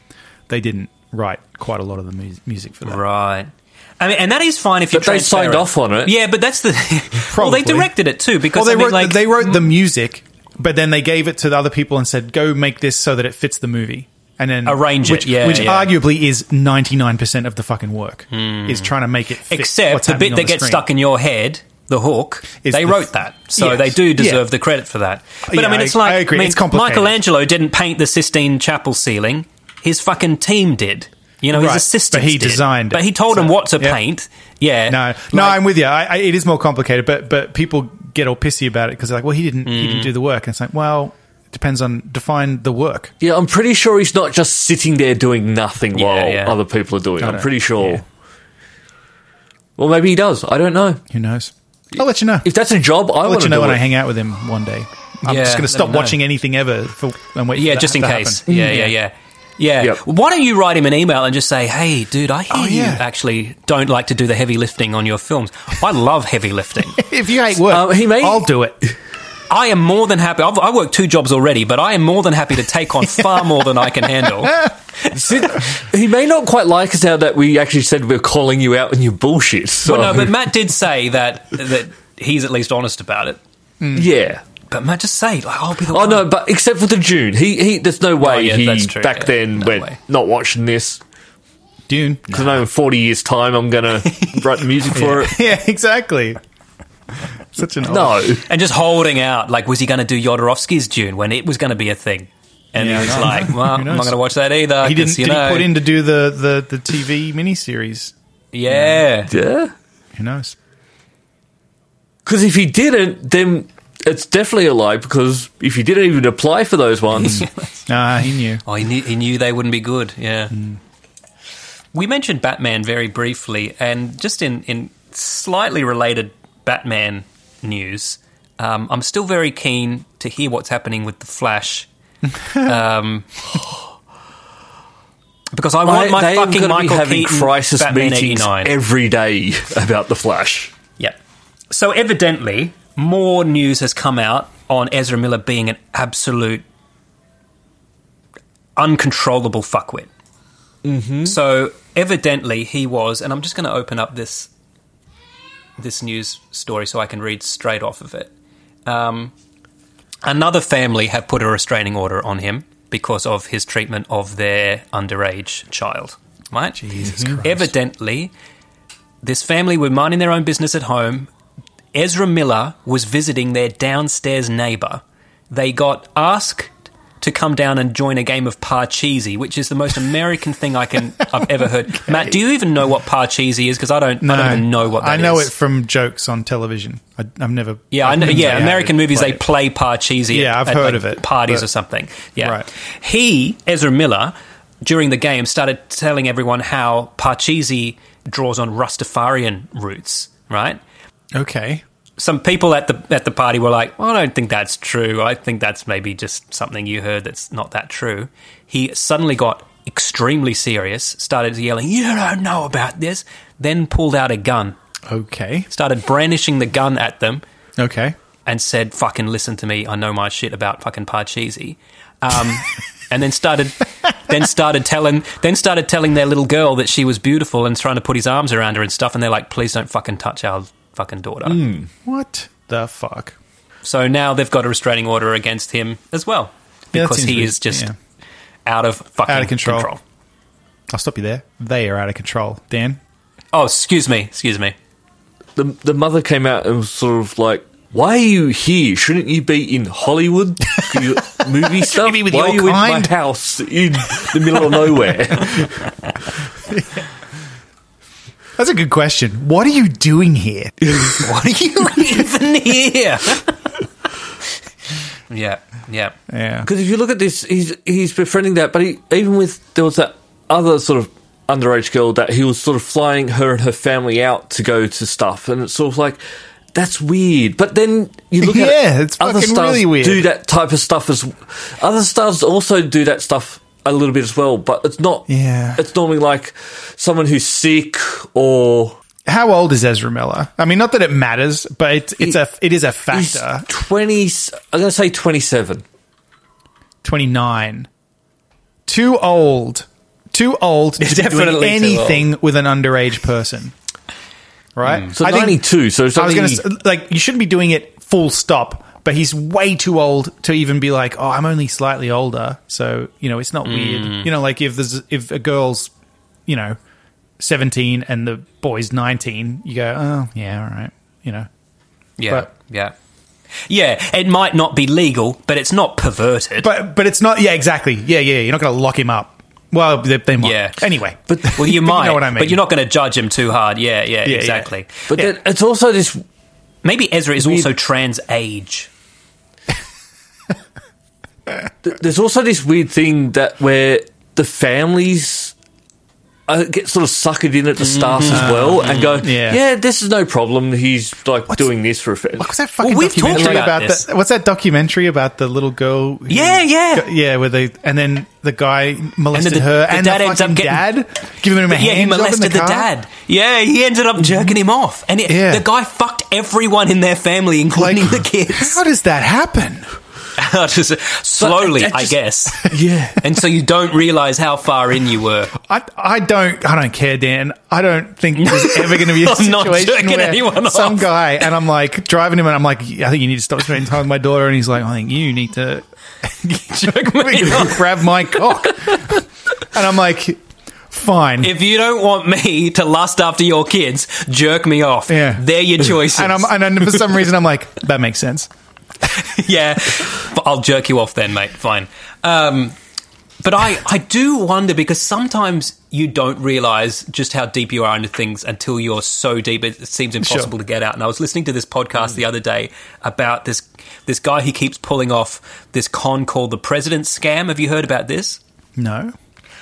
S3: they didn't write quite a lot of the mu- music for that.
S4: Right. I mean, and that is fine if you
S2: But they signed
S4: transfer it.
S2: off on it.
S4: Yeah, but that's the. well,
S3: Probably.
S4: they directed it too
S3: Well,
S4: because
S3: they
S4: I mean,
S3: wrote
S4: like,
S3: they wrote the music but then they gave it to the other people and said, "Go make this so that it fits the movie." And then
S4: Arrange it,
S3: which,
S4: yeah,
S3: which
S4: yeah. Hmm.
S3: arguably is ninety nine percent of the fucking work is trying to make it. Fit
S4: Except
S3: what's
S4: the
S3: happening
S4: bit
S3: on
S4: that
S3: the
S4: gets
S3: screen.
S4: stuck in your head, the hook,
S3: Is
S4: they
S3: the-
S4: wrote that. So
S3: Yes.
S4: they do deserve
S3: Yeah.
S4: the credit for that. But
S3: Yeah,
S4: I mean, it's
S3: I-
S4: like
S3: I agree.
S4: I mean,
S3: It's complicated.
S4: Michelangelo didn't paint the Sistine Chapel ceiling, his fucking team did. You know, his
S3: Right,
S4: assistant.
S3: but he designed it.
S4: But he told them
S3: So,
S4: what to
S3: yeah.
S4: paint. Yeah.
S3: No, no,
S4: Like-
S3: I'm with you. I, I, it is more complicated, but but people get all pissy about it because they're like, "Well, he didn't, he
S4: Hmm.
S3: didn't do the work." And it's like, well, it depends on define the work.
S2: Yeah, I'm pretty sure he's not just sitting there doing nothing
S4: Yeah,
S2: while
S4: yeah.
S2: other people are doing. it. I'm
S3: know.
S2: pretty sure.
S3: Yeah.
S2: Well, maybe he does. I don't know.
S3: Who knows? I'll let you know.
S2: If that's a job, I
S3: I'll
S2: want
S3: let
S2: to
S3: you know
S2: do
S3: when I
S2: it.
S3: hang out with him one day. I'm
S4: Yeah,
S3: just going to
S4: let
S3: stop
S4: me know.
S3: watching anything ever for, and wait. for
S4: Yeah,
S3: that
S4: just in
S3: to
S4: case.
S3: happen. Mm.
S4: Yeah, yeah, yeah. Yeah.
S2: Yep.
S4: Why don't you write him an email and just say, "Hey, dude, I hear
S3: Oh,
S4: you
S3: yeah.
S4: actually don't like to do the heavy lifting on your films. I love heavy lifting.
S3: If you hate work,
S2: Um, he may-
S3: I'll do it.
S4: I am more than happy. I've, I work two jobs already, but I am more than happy to take on far more than I can handle.
S2: Sid, he may not quite like us now that we actually said we're calling you out and you bullshit. So,
S4: Well, no, but Matt did say that that he's at least honest about it.
S2: yeah.
S4: But Matt, just say, like, I'll be the
S2: Oh
S4: one.
S2: no, but except for the June, he he. There's
S3: Oh,
S2: no way
S4: yeah,
S2: he
S4: that's true,
S2: back
S4: yeah.
S2: then
S4: No
S2: went
S4: way.
S2: not watching this
S3: Dune.
S2: because I know in 40 years time I'm gonna write the music for it.
S3: Yeah, exactly. Such an
S2: No,
S4: And just holding out, like, was he going to do Yodorovsky's Dune when it was going to be a thing? And
S3: Yeah,
S4: he was
S3: I know.
S4: like, well, I'm
S3: Who
S4: not
S3: knows?
S4: going to watch that either.
S3: He
S4: 'cause,
S3: didn't.
S4: you
S3: Did
S4: know,
S3: he put in to do the the the TV miniseries?
S4: Yeah.
S2: yeah.
S3: Who knows?
S2: Because if he didn't, then it's definitely a lie. Because if he didn't even apply for those ones,
S3: Ah, he knew.
S4: Oh, he knew, he knew they wouldn't be good. Yeah.
S2: Hmm.
S4: We mentioned Batman very briefly, and just in, in slightly related Batman news, um, I'm still very keen to hear what's happening with the Flash. um, because I want
S2: I-
S4: my
S2: they are
S4: fucking
S2: gonna be
S4: Michael
S2: having
S4: Keaton
S2: crisis
S4: Batman
S2: meetings
S4: 89.
S2: every day about the Flash.
S4: Yeah. So evidently, more news has come out on Ezra Miller being an absolute uncontrollable fuckwit. Mm-hmm. So evidently, he was, and I'm just going to open up this this news story so I can read straight off of it. Um, another family have put a restraining order on him because of his treatment of their underage child. Right? Jesus Christ. Evidently, this family were minding their own business at home. Ezra Miller was visiting their downstairs neighbor. They got asked to come down and join a game of Parcheesi, which is the most American thing I can I've ever heard. Matt, do you even know what Parcheesi is? Because I don't, I don't even know what that
S3: I know
S4: is.
S3: it from jokes on television. I, I've never.
S4: Yeah, I know,
S3: I've never
S4: yeah.
S3: had
S4: American
S3: it
S4: movies they
S3: played.
S4: play Parcheesi.
S3: Yeah, I've heard of it,
S4: Parties
S3: but-
S4: or something. Yeah,
S3: Right.
S4: he Ezra Miller during the game started telling everyone how Parcheesi draws on Rastafarian roots. Right.
S3: Okay.
S4: Some people at the at the party were like, "I don't think that's true. I think that's maybe just something you heard that's not that true." He suddenly got extremely serious, started yelling, "You don't know about this!" Then pulled out a gun,
S3: Okay.
S4: started brandishing the gun at them
S3: Okay.
S4: and said, "Fucking listen to me. I know my shit about fucking Parcheesi," um, and then started then started telling then started telling their little girl that she was beautiful and trying to put his arms around her and stuff. And they're like, "Please don't fucking touch our fucking daughter."
S3: What the fuck?
S4: So now they've got a restraining order against him as well
S3: Yeah, that
S4: because
S3: seems
S4: he
S3: reas-
S4: is just
S3: yeah.
S4: out of fucking
S3: Out of control.
S4: control.
S3: I'll stop you there. They are out of control, Dan.
S4: Oh, excuse me, excuse me.
S2: The the mother came out and was sort of like, "Why are you here? Shouldn't you be in Hollywood, You- movie stuff?
S3: be with
S2: Why
S3: your
S2: are you in
S3: kind?"
S2: my house in the middle of nowhere?"
S3: That's a good question. What are you doing here?
S4: What are you even here? yeah, yeah.
S3: yeah.
S2: Because if you look at this, he's he's befriending that, but he, even with there was that other sort of underage girl that he was sort of flying her and her family out to go to stuff, and it's sort of like that's weird. But then you look at
S3: Yeah,
S2: it,
S3: it's
S2: other
S3: fucking
S2: stars
S3: really weird.
S2: do that type of stuff as other stars also do that stuff a little bit as well, but it's not.
S3: Yeah.
S2: it's normally like someone who's sick or.
S3: How old is Ezra Miller? I mean, not that it matters, but it's, it's a it is a
S2: He's
S3: factor.
S2: 20, I'm going to say 27.
S3: Twenty nine. Too old. Too old to be doing
S4: Definitely too
S3: anything with an underage person. right?
S2: So
S3: I think-
S2: 92, so
S3: I was
S2: something
S3: going
S2: he-
S3: to like you shouldn't be doing it full stop. But he's way too old to even be like, oh, I'm only slightly older, so you know it's not weird. You know, like if there's if a girl's, you know, seventeen and the boy's nineteen, you go, oh yeah, all right, you know,
S4: Yeah,
S3: But-
S4: yeah, yeah. It might not be legal, but it's not perverted.
S3: but but it's not, yeah, exactly, yeah, yeah. You're not going to lock him up. Well, they, they might.
S4: Yeah.
S3: Anyway,
S4: but well, you
S3: know
S4: might,
S3: what I mean.
S4: but you're not going to judge him too hard. Yeah, yeah,
S3: yeah.
S4: exactly.
S2: But then it's also this.
S4: Maybe Ezra is also trans age.
S2: th- There's also this weird thing that where the families uh, get sort of suckered in at the start
S4: Mm-hmm.
S2: as well and go,
S3: Yeah.
S2: yeah. this is no problem. He's like doing this for a fair.
S3: What's that fucking
S4: we've talked
S3: documentary
S4: about
S3: about,
S4: this.
S3: that? What's that documentary about the little girl? who-
S4: Yeah, yeah.
S3: Go- yeah. Where they and then the guy molested
S4: the-
S3: her,
S4: the
S3: and the
S4: dad ends up
S3: fucking
S4: getting-
S3: dad giving him a hand
S4: yeah, he
S3: job in
S4: molested the,
S3: car?
S4: dad. Yeah, he ended up jerking him off, and it,
S3: Yeah.
S4: the guy fucked everyone in their family,
S3: Like,
S4: including the kids.
S3: How does that happen?
S4: Just slowly,
S2: that
S4: I
S2: just-
S4: guess.
S3: Yeah,
S4: and so you don't realize how far in you were.
S3: I, I don't I don't care, Dan. I don't think there's ever going to be a
S4: I'm not
S3: situation
S4: jerking
S3: where
S4: anyone
S3: some
S4: off.
S3: guy and I'm like driving him and I'm like, I think you need to stop spending time with my daughter, and he's like, I think you need to
S4: Jerk me off.
S3: grab my cock, and I'm like, fine.
S4: If you don't want me to lust after your kids, jerk me off.
S3: Yeah.
S4: They're your choices.
S3: and I'm and then for some reason I'm like, that makes sense.
S4: yeah, but I'll jerk you off then, mate. Fine. Um, but I, I do wonder because sometimes you don't realize just how deep you are into things until you're so deep it seems impossible to get out. And I was listening to this podcast the other day about this this guy who keeps pulling off this con called the President Scam. Have you heard about this?
S3: No.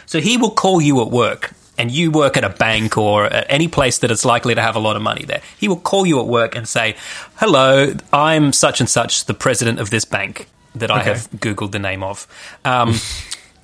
S4: So he will call you at work, and you work at a bank or at any place that is likely to have a lot of money there. He will call you at work and say, Hello, I'm such and such, the president of this bank that I have Googled the name of. Um,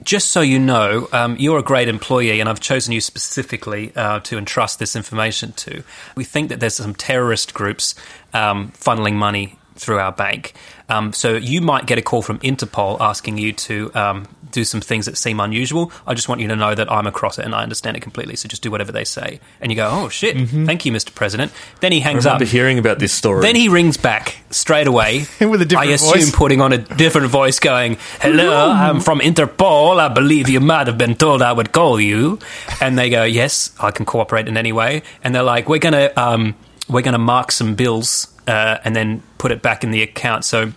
S4: just so you know, um, you're a great employee, and I've chosen you specifically uh, to entrust this information to. We think that there's some terrorist groups um, funneling money through our bank. Um, so you might get a call from Interpol asking you to um, do some things that seem unusual. I just want you to know that I'm across it and I understand it completely. So just do whatever they say. And you go, oh shit, thank you, Mr. President. Then he hangs up.
S2: remember hearing about this story.
S4: Then he rings back straight away
S3: With a different
S4: I assume
S3: voice.
S4: putting on a different voice, going, "Hello, I'm from Interpol. I believe you might have been told I would call you." And they go, "Yes, I can cooperate in any way." And they're like, "We're gonna um, we're gonna mark some bills uh, and then put it back in the account." So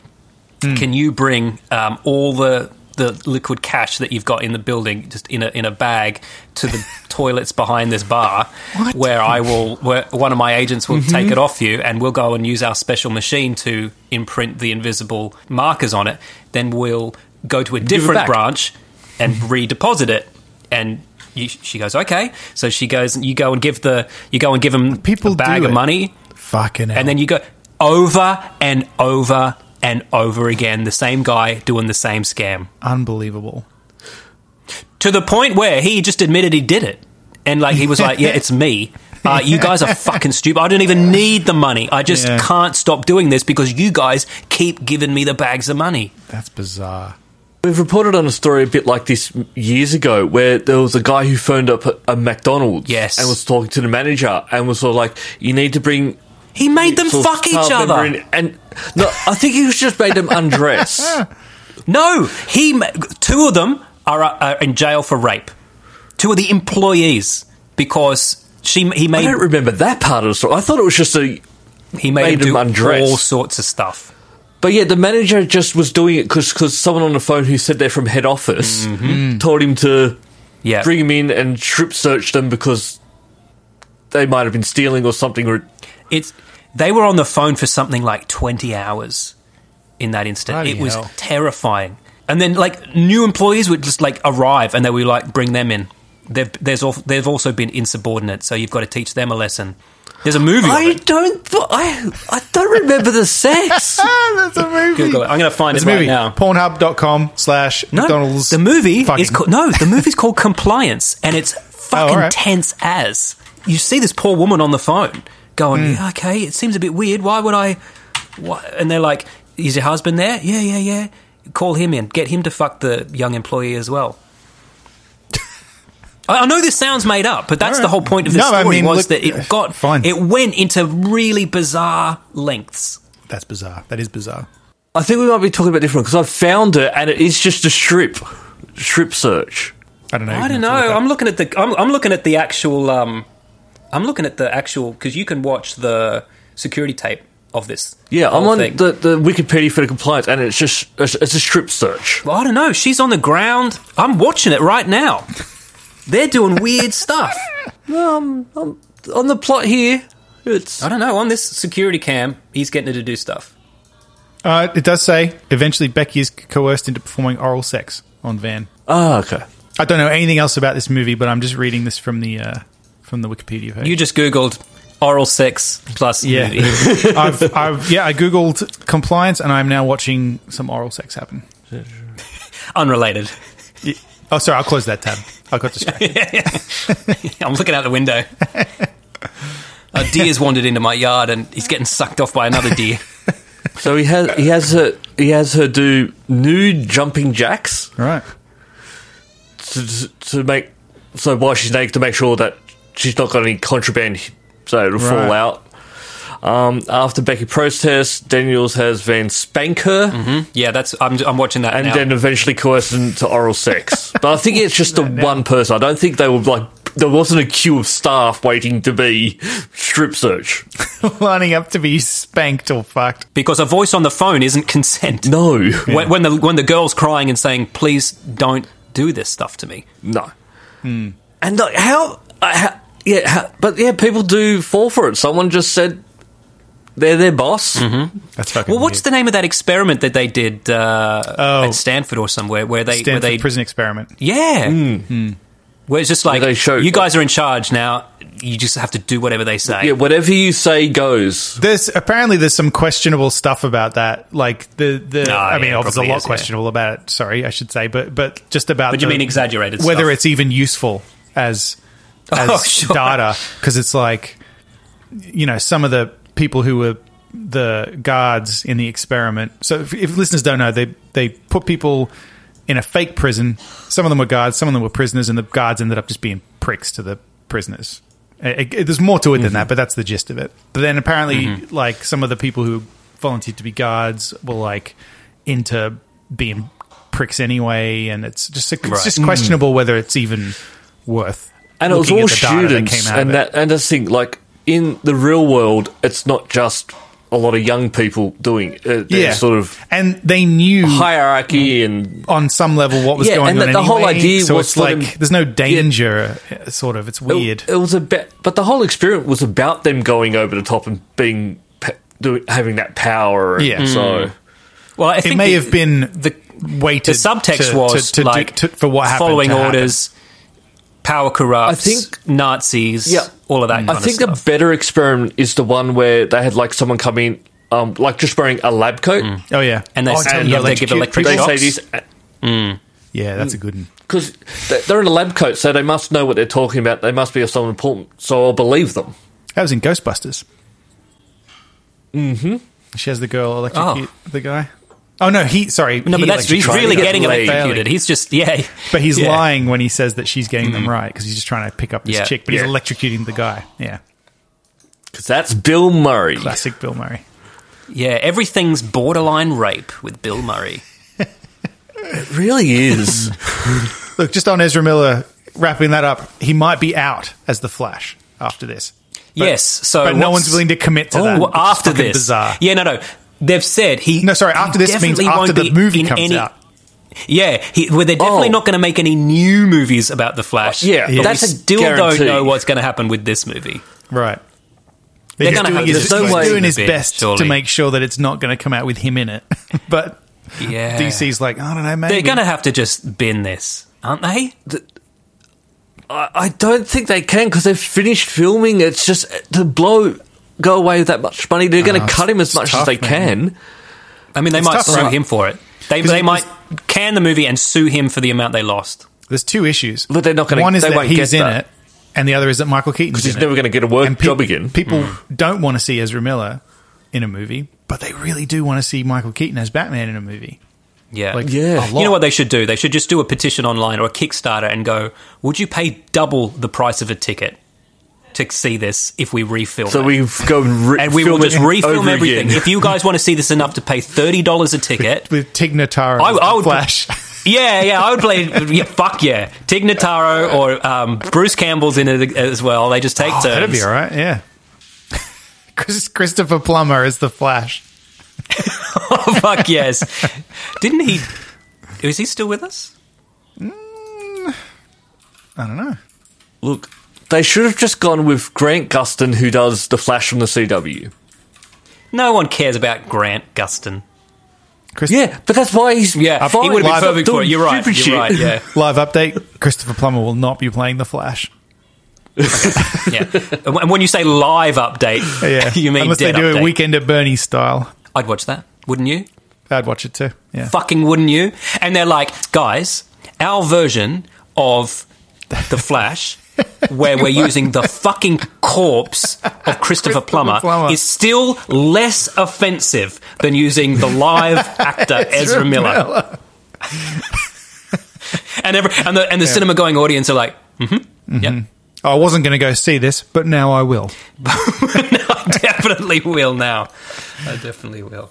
S3: Hmm.
S4: can you bring um, all the the liquid cash that you've got in the building just in a in a bag to the toilets behind this bar where I will where one of my agents will
S3: Mm-hmm.
S4: take it off you and we'll go and use our special machine to imprint the invisible markers on it then we'll go to a different
S2: back.
S4: branch and
S3: Mm-hmm.
S4: redeposit it and you, she goes okay so she goes you go and give the you go and give them
S3: People
S4: a bag
S3: do
S4: of
S3: it.
S4: money
S3: Fucking hell.
S4: and then you go over and over and over again, the same guy doing the same scam
S3: unbelievable.
S4: to the point where he just admitted he did it. And like, he was like, yeah, it's me. Uh, you guys are fucking stupid. I don't even need the money. I just
S3: Yeah.
S4: can't stop doing this because you guys keep giving me the bags of money.
S3: That's bizarre.
S2: We've reported on a story a bit like this years ago where there was a guy who phoned up a, a McDonald's
S4: Yes.
S2: and was talking to the manager and was sort of like, you need to bring.
S4: He made them
S2: sort of
S4: fuck
S2: staff
S4: each
S2: member
S4: other.
S2: in." and no, I think he was just made them undress.
S4: No, he. ma- Two of them are, uh, are in jail for rape. Two of the employees because she he
S2: I
S4: made
S2: don't remember that part of the story. I thought it was just a.
S4: he made,
S2: made
S4: him do
S2: him undress.
S4: all sorts of stuff.
S2: But yeah, the manager just was doing it because someone on the phone who said they're from head office
S4: Mm-hmm.
S2: told him to
S4: Yeah.
S2: bring him in and strip search them because they might have been stealing or something. Or
S4: It's they were on the phone for something like twenty hours in that instant.
S3: Bloody
S4: it was
S3: hell.
S4: terrifying. And then like new employees would just like arrive and they would like bring them in. They've, there's al- they've also been insubordinate, so you've got to teach them a lesson. There's a movie. of
S2: I
S4: it.
S2: don't. th- I I don't remember the sex.
S3: Ah, that's a movie.
S4: Google it. I'm going to find
S3: It's a
S4: it right
S3: movie.
S4: now.
S3: Pornhub.com slash
S4: No,
S3: McDonald's.
S4: the movie
S3: fucking. Oh,
S4: is called, no, the movie's called Compliance, and it's fucking
S3: right.
S4: tense as you see this poor woman on the phone going,
S3: Hmm.
S4: "Yeah, "Okay, it seems a bit weird. Why would I?" Why? And they're like, "Is your husband there?" Yeah, yeah, yeah. Call him in. Get him to fuck the young employee as well. I I know this sounds made up, but
S3: All
S4: that's
S3: right.
S4: the whole point of this
S3: No, I
S4: story
S3: mean,
S4: was
S3: look- uh,
S4: that it got
S3: Fine.
S4: it went into really bizarre lengths.
S3: That's bizarre. That is bizarre.
S2: I think we might be talking about different because I found it and it is just a strip, strip search.
S3: I don't know.
S4: I don't know. I'm looking at the I'm, I'm looking at the actual um I'm looking at the actual because you can watch the security tape of this.
S2: Yeah, I'm
S4: whole
S2: on
S4: thing.
S2: the, the Wikipedia for the compliance and it's just it's, it's a strip search.
S4: Well, I don't know. She's on the ground. I'm watching it right now. They're doing weird stuff.
S2: Um, um, on the plot here, it's
S4: I don't know. On this security cam, he's getting her to do stuff.
S3: Uh, it does say eventually Becky is coerced into performing oral sex on Van.
S2: ah okay.
S3: I don't know anything else about this movie, but I'm just reading this from the uh, from the Wikipedia page.
S4: You just googled oral sex plus
S3: yeah,
S4: movie.
S3: I've, I've yeah, I googled compliance, and I'm now watching some oral sex happen.
S4: unrelated.
S3: Oh, sorry, I'll close that tab. I got distracted.
S4: I'm looking out the window. A deer's wandered into my yard and he's getting sucked off by another deer.
S2: So he has he has her he has her do nude jumping jacks
S3: All right.
S2: to, to, to make so while she's naked to make sure that she's not got any contraband, so it'll fall
S3: Right.
S2: out. Um, after Becky protests, Daniels has Van spank her.
S4: Yeah, that's I'm, I'm watching that
S2: and
S4: now.
S2: then eventually coerced into oral sex. but I think it's just the one person. I don't think they were like there wasn't a queue of staff waiting to be strip search.
S3: Lining up to be spanked or fucked.
S4: because a voice on the phone isn't consent.
S2: No,
S4: When, when the when the girl's crying and saying, "Please don't do this stuff to me,"
S2: no. And like, how, uh, how? Yeah, how, but yeah, people do fall for it. Someone just said they're their boss.
S3: Mm-hmm. That's fucking.
S4: Well, what's the name of that experiment that they did uh,
S3: Oh.
S4: at Stanford or somewhere where they
S3: Stanford
S4: where they
S3: prison Hmm. experiment?
S4: yeah where it's just like
S2: they show-
S4: you guys are in charge now. You just have to do whatever they say.
S2: Yeah, whatever you say goes.
S3: There's apparently there's some questionable stuff about that. Like the the
S4: No,
S3: I mean, obviously
S4: yeah, probably
S3: there's a lot
S4: is, yeah.
S3: questionable about it. Sorry, I should say, but but just about.
S4: But you
S3: the-
S4: mean exaggerated
S3: Whether
S4: stuff.
S3: it's even useful as as
S4: Oh, sure.
S3: data, because it's like you know some of the people who were the guards in the experiment. So if, if listeners don't know, they they put people in a fake prison. Some of them were guards, some of them were prisoners, and the guards ended up just being pricks to the prisoners. It- it- there's more to it
S2: Mm-hmm.
S3: than that, but that's the gist of it. But then apparently, like some of the people who volunteered to be guards were like into being pricks anyway, and it's just it's
S4: Right.
S3: just questionable whether it's even worth.
S2: and it was
S3: looking
S2: all
S3: at the data that
S2: students
S3: came out of
S2: and
S3: it.
S2: that and that's the thing like in the real world it's not just a lot of young people doing it There's sort of
S3: and they knew Mm.
S2: hierarchy and
S3: on some level what was
S2: Yeah,
S3: going
S2: and
S3: on.
S2: the- the whole
S3: anyway,
S2: idea
S3: so
S2: was
S3: it's
S2: for
S3: like
S2: them-
S3: there's no danger, uh, sort of. It's weird.
S2: it, it was about but the whole experiment was about them going over the top and being pa- doing, having that power and
S3: Yeah. Mm.
S2: so
S4: well, I
S3: it
S4: think
S3: may
S4: the-
S3: have been
S4: the
S3: weighted.
S4: the subtext
S3: to-
S4: was
S3: to- to do-
S4: like
S3: to- for what happened
S4: following
S3: to happen.
S4: orders, power corrupts,
S2: I think-
S4: Nazis,
S2: Yeah.
S4: all of that.
S2: I
S4: kind
S2: think
S4: of
S2: the
S4: stuff.
S2: better experiment is the one where they had like someone come in um, like just wearing a lab coat
S3: Oh yeah,
S4: And they
S3: oh,
S4: say-
S3: totally
S4: yeah, they give
S3: electrocute
S4: electric
S2: they
S3: people.
S2: say
S4: Mm. shocks.
S2: this
S3: Yeah, that's a good one.
S2: because they're in a lab coat so they must know what they're talking about they must be of someone important so I'll believe them
S3: That was in Ghostbusters. Mm-hmm.
S4: Mm-hmm.
S3: She has the girl electrocute the guy. Oh no, he. Sorry,
S4: no,
S3: he
S4: but that's he's
S3: electrocutes
S4: really
S3: them.
S4: getting
S2: Failing.
S4: electrocuted. He's just yeah,
S3: But he's
S4: yeah. Mm-hmm.
S3: lying when he says that she's getting them right because he's just trying to pick up this
S4: Yeah.
S3: chick, but he's
S2: Yeah.
S3: electrocuting the guy. Yeah,
S2: because that's Bill Murray
S3: classic Bill Murray.
S4: Yeah, everything's borderline rape with Bill Murray.
S2: really is.
S3: Look, just on Ezra Miller, wrapping that up, he might be out as the Flash after this. But-
S4: yes, so
S3: but no
S4: what's-
S3: one's willing to commit to
S4: oh,
S3: that.
S4: well,
S3: which is
S4: after
S3: fucking
S4: this,
S3: bizarre.
S4: yeah, no, no. They've said he.
S3: No, sorry.
S4: he
S3: After this means
S4: definitely
S3: after
S4: won't
S3: the
S4: be
S3: movie
S4: in
S3: comes
S4: any-
S3: out.
S4: Yeah, he, well, they're definitely
S2: Oh.
S4: not going to make any new movies about the Flash.
S2: Yeah,
S4: but we
S2: that's a
S4: still
S2: guarantee.
S4: don't know what's going to happen with this movie.
S3: Right.
S4: They're
S3: He's
S4: gonna
S3: doing
S4: have-
S3: his,
S2: there's no
S3: he's
S2: way
S3: doing
S4: in
S3: his
S4: the bit,
S3: best to
S4: surely.
S3: make sure that it's not going to come out with him in it. but
S4: Yeah,
S3: DC's like, I don't know, maybe.
S4: They're going to have to just bin this, aren't they?
S2: I, I don't think they can because they've finished filming. It's just to blow, go away with that much money. They're
S4: Ah,
S2: going to
S3: it's-
S2: cut him as
S3: it's
S2: much
S3: tough,
S2: as they
S3: man.
S2: can.
S4: I mean, they might
S3: tough,
S4: sue
S3: right?
S4: him for it. They,
S3: 'Cause
S4: they
S3: it
S4: might can the movie and sue him for the amount they lost.
S3: There's two issues.
S2: But they're not gonna-
S3: One is
S2: they
S3: that
S2: won't
S3: he's
S2: get
S3: in
S2: that.
S3: it, and the other is that Michael Keaton.
S2: He's never going to get a work job again. Hmm.
S3: People don't want to see Ezra Miller in a movie, but they really do want to see Michael Keaton as Batman in a movie.
S4: Yeah.
S3: Like,
S2: Yeah.
S3: a lot.
S4: You know what they should do? They should just do a petition online or a Kickstarter and go, "Would you pay double the price of a ticket to see this if we refilm?"
S2: So
S4: it?"
S2: we go and, re-
S4: and we will
S2: film
S4: just
S2: it
S4: refilm
S2: over
S4: everything.
S2: again.
S4: If you guys want to see this enough to pay thirty dollars a ticket,
S3: with Tig Notaro
S4: I- I would-
S3: Flash.
S4: yeah, yeah, I would play. yeah, fuck yeah, Tig Notaro or um, Bruce Campbell's in it as well. They just take turns.
S3: Oh, That'd be all right. Yeah. Chris, Christopher Plummer is the Flash.
S4: oh fuck yes! Didn't he? Is he still with us?
S3: I don't know.
S2: Look, they should have just gone with Grant Gustin, who does the Flash from the CW.
S4: No one cares about Grant Gustin.
S3: Chris,
S2: Yeah, but that's why he's
S4: Yeah, he would be
S2: He's
S4: perfect
S2: not
S4: for it.
S2: doing
S4: You're right.
S2: stupid
S4: You're right.
S2: shit.
S4: Yeah.
S3: Live update: Christopher Plummer will not be playing the Flash.
S4: Yeah. And when you say live update,
S3: Yeah,
S4: you mean
S3: unless
S4: dead
S3: they do
S4: update.
S3: a weekend at Bernie style,
S4: I'd watch that, wouldn't you?
S3: I'd watch it too. Yeah,
S4: Fucking wouldn't you? And they're like, guys, our version of the Flash, where we're using the fucking corpse of Christopher Plummer,
S3: Plummer.
S4: is still less offensive than using the live actor Ezra Miller. And every, and the and the cinema going audience are like, mm-hmm, yeah.
S3: I wasn't going to go see this, but now I will.
S4: I definitely will now. I definitely will.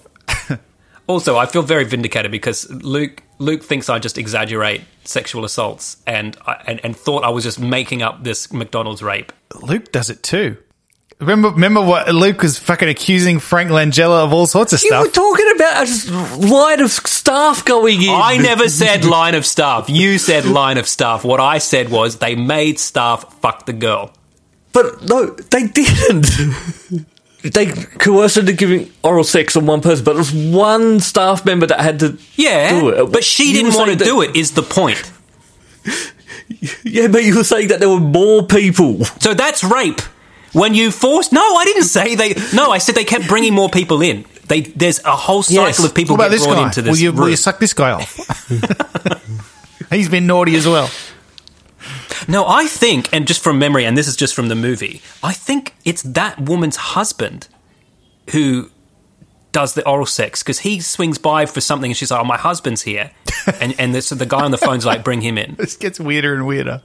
S4: Also, I feel very vindicated because Luke Luke thinks I just exaggerate sexual assaults and I, and, and thought I was just making up this McDonald's rape.
S3: Luke does it too. Remember, remember what Luke was fucking accusing Frank Langella of all sorts of
S2: You
S3: stuff.
S2: were talking about a s- line of staff going in.
S4: I never said line of staff. You said line of staff. What I said was they made staff fuck the girl.
S2: But no, they didn't. they coerced her to giving oral sex on one person, but it was one staff member that had to
S4: Yeah,
S2: do it.
S4: but she
S2: uh, You
S4: didn't
S2: were
S4: want to
S2: saying that-
S4: do it. Is the point?
S2: Yeah, but you were saying that there were more people.
S4: So that's rape. When you force? No, I didn't say they. No, I said they kept bringing more people in. They there's a whole cycle
S2: Yes.
S4: of people
S3: What about
S4: get
S3: this
S4: brought
S3: guy?
S4: into
S3: will,
S4: this
S3: you, will
S4: room.
S3: you suck this guy off? He's been naughty as well.
S4: No, I think, and just from memory, and this is just from the movie, I think it's that woman's husband who does the oral sex because he swings by for something, and she's like, "Oh, my husband's here," and and this, the guy on the phone's like, "Bring him in."
S3: This gets weirder and weirder.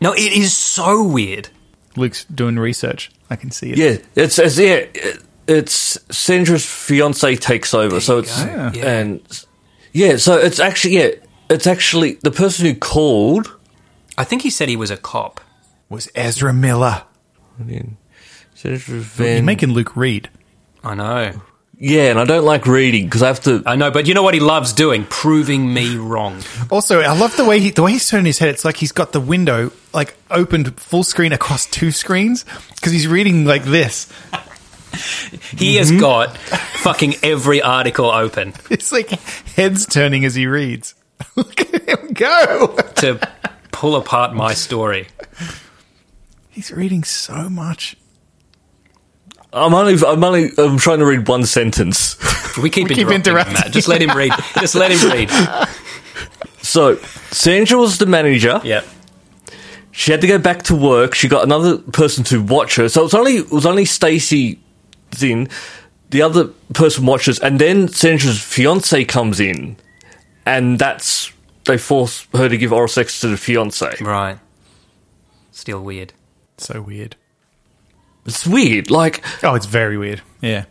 S4: No, it is so weird.
S3: Luke's doing research. I can see it.
S2: Yeah, it's, it's yeah, it- it's Sandra's fiance takes over. So it's
S4: go. Yeah.
S2: and yeah, so it's actually yeah, it's actually the person who called.
S4: I think he said he was a cop.
S3: Was Ezra Miller?
S2: Sandra
S3: You're
S2: Van,
S3: making Luke read.
S4: I know,
S2: yeah, and I don't like reading because I have to.
S4: I know, but you know what he loves doing? Proving me wrong.
S3: Also, I love the way he the way he's turning his head. It's like he's got the window like opened full screen across two screens because he's reading like this.
S4: He
S3: Mm-hmm.
S4: has got fucking every article open
S3: It's like heads turning as he reads. Look at him go.
S4: to pull apart my story.
S3: He's reading so much.
S2: I'm only, I'm only, I'm trying to read one sentence.
S4: We keep,
S3: keep
S4: interrupting,
S3: interrupting.
S4: Matt. Just let him read. Just let him read.
S2: So Sandra was the manager.
S4: Yeah.
S2: She had to go back to work. She got another person to watch her. So it was only it was only Stacy in. The other person watches, and then Sandra's fiance comes in, and that's they force her to give oral sex to the fiance.
S4: Right. Still weird.
S3: So weird.
S2: It's weird. Like,
S3: Oh, it's very weird. Yeah.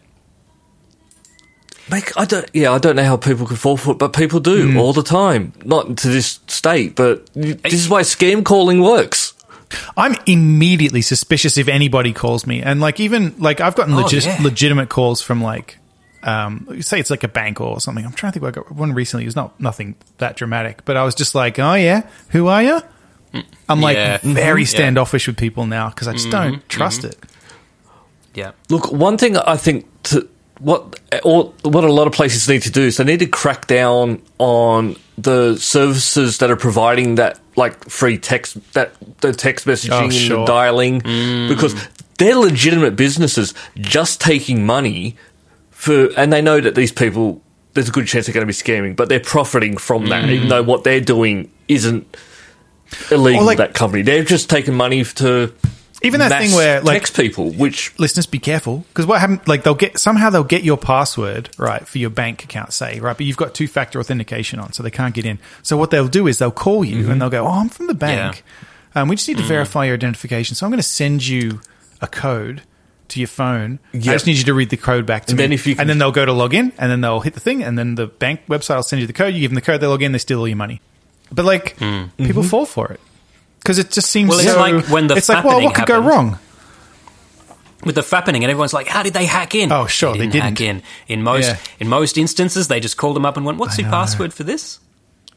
S2: make I don't. Yeah, I don't know how people can fall for it, but people do all the time. Not to this state, but this is why scam calling works.
S3: I'm immediately suspicious if anybody calls me, and like even like I've gotten legit-
S4: yeah.
S3: legitimate calls from like, um, say it's like a bank or something. I'm trying to think. I got one recently. It was not nothing that dramatic, but I was just like, oh yeah, who are you? I'm like
S4: Yeah. Mhm.
S3: very
S4: Yeah.
S3: standoffish with people now because I just don't trust it.
S4: Yeah.
S2: Look, one thing I think to, what or what a lot of places need to do is they need to crack down on the services that are providing that like free text that the text messaging
S3: Oh,
S2: and
S3: sure. Mm.
S2: the dialing because they're legitimate businesses just taking money for and they know that these people there's a good chance they're going to be scamming but they're profiting from that
S3: Mm.
S2: even though what they're doing isn't illegal
S3: Or like-
S2: that company they've just taken money to
S3: Even that
S2: mass
S3: thing where, like-
S2: text people, which
S3: listeners be careful because what happened like they'll get somehow they'll get your password right for your bank account say right but you've got two factor authentication on so they can't get in so what they'll do is they'll call you
S2: Mm-hmm.
S3: and they'll go oh i'm from the bank um, we just
S2: Mm.
S3: need to verify your identification so i'm going to send you a code to your phone i
S2: Yeah.
S3: just need you to read the code back to
S2: And
S3: me
S2: then if you
S3: and
S2: can-
S3: then they'll go to log in and then they'll hit the thing and then the bank website will send you the code you give them the code they log in they steal all your money but like
S2: Mm.
S3: people
S2: Mm-hmm.
S3: fall for it because it just seems
S4: Well, it's
S3: so-
S4: like when the
S3: it's like well
S4: fappening
S3: what could go
S4: happened.
S3: wrong
S4: with the fappening, and everyone's like, "How did they hack in?"
S3: Oh, sure, they
S4: hack in.
S3: didn't.
S4: In most
S3: Yeah.
S4: in most instances, they just called them up and went, "What's your password for this?"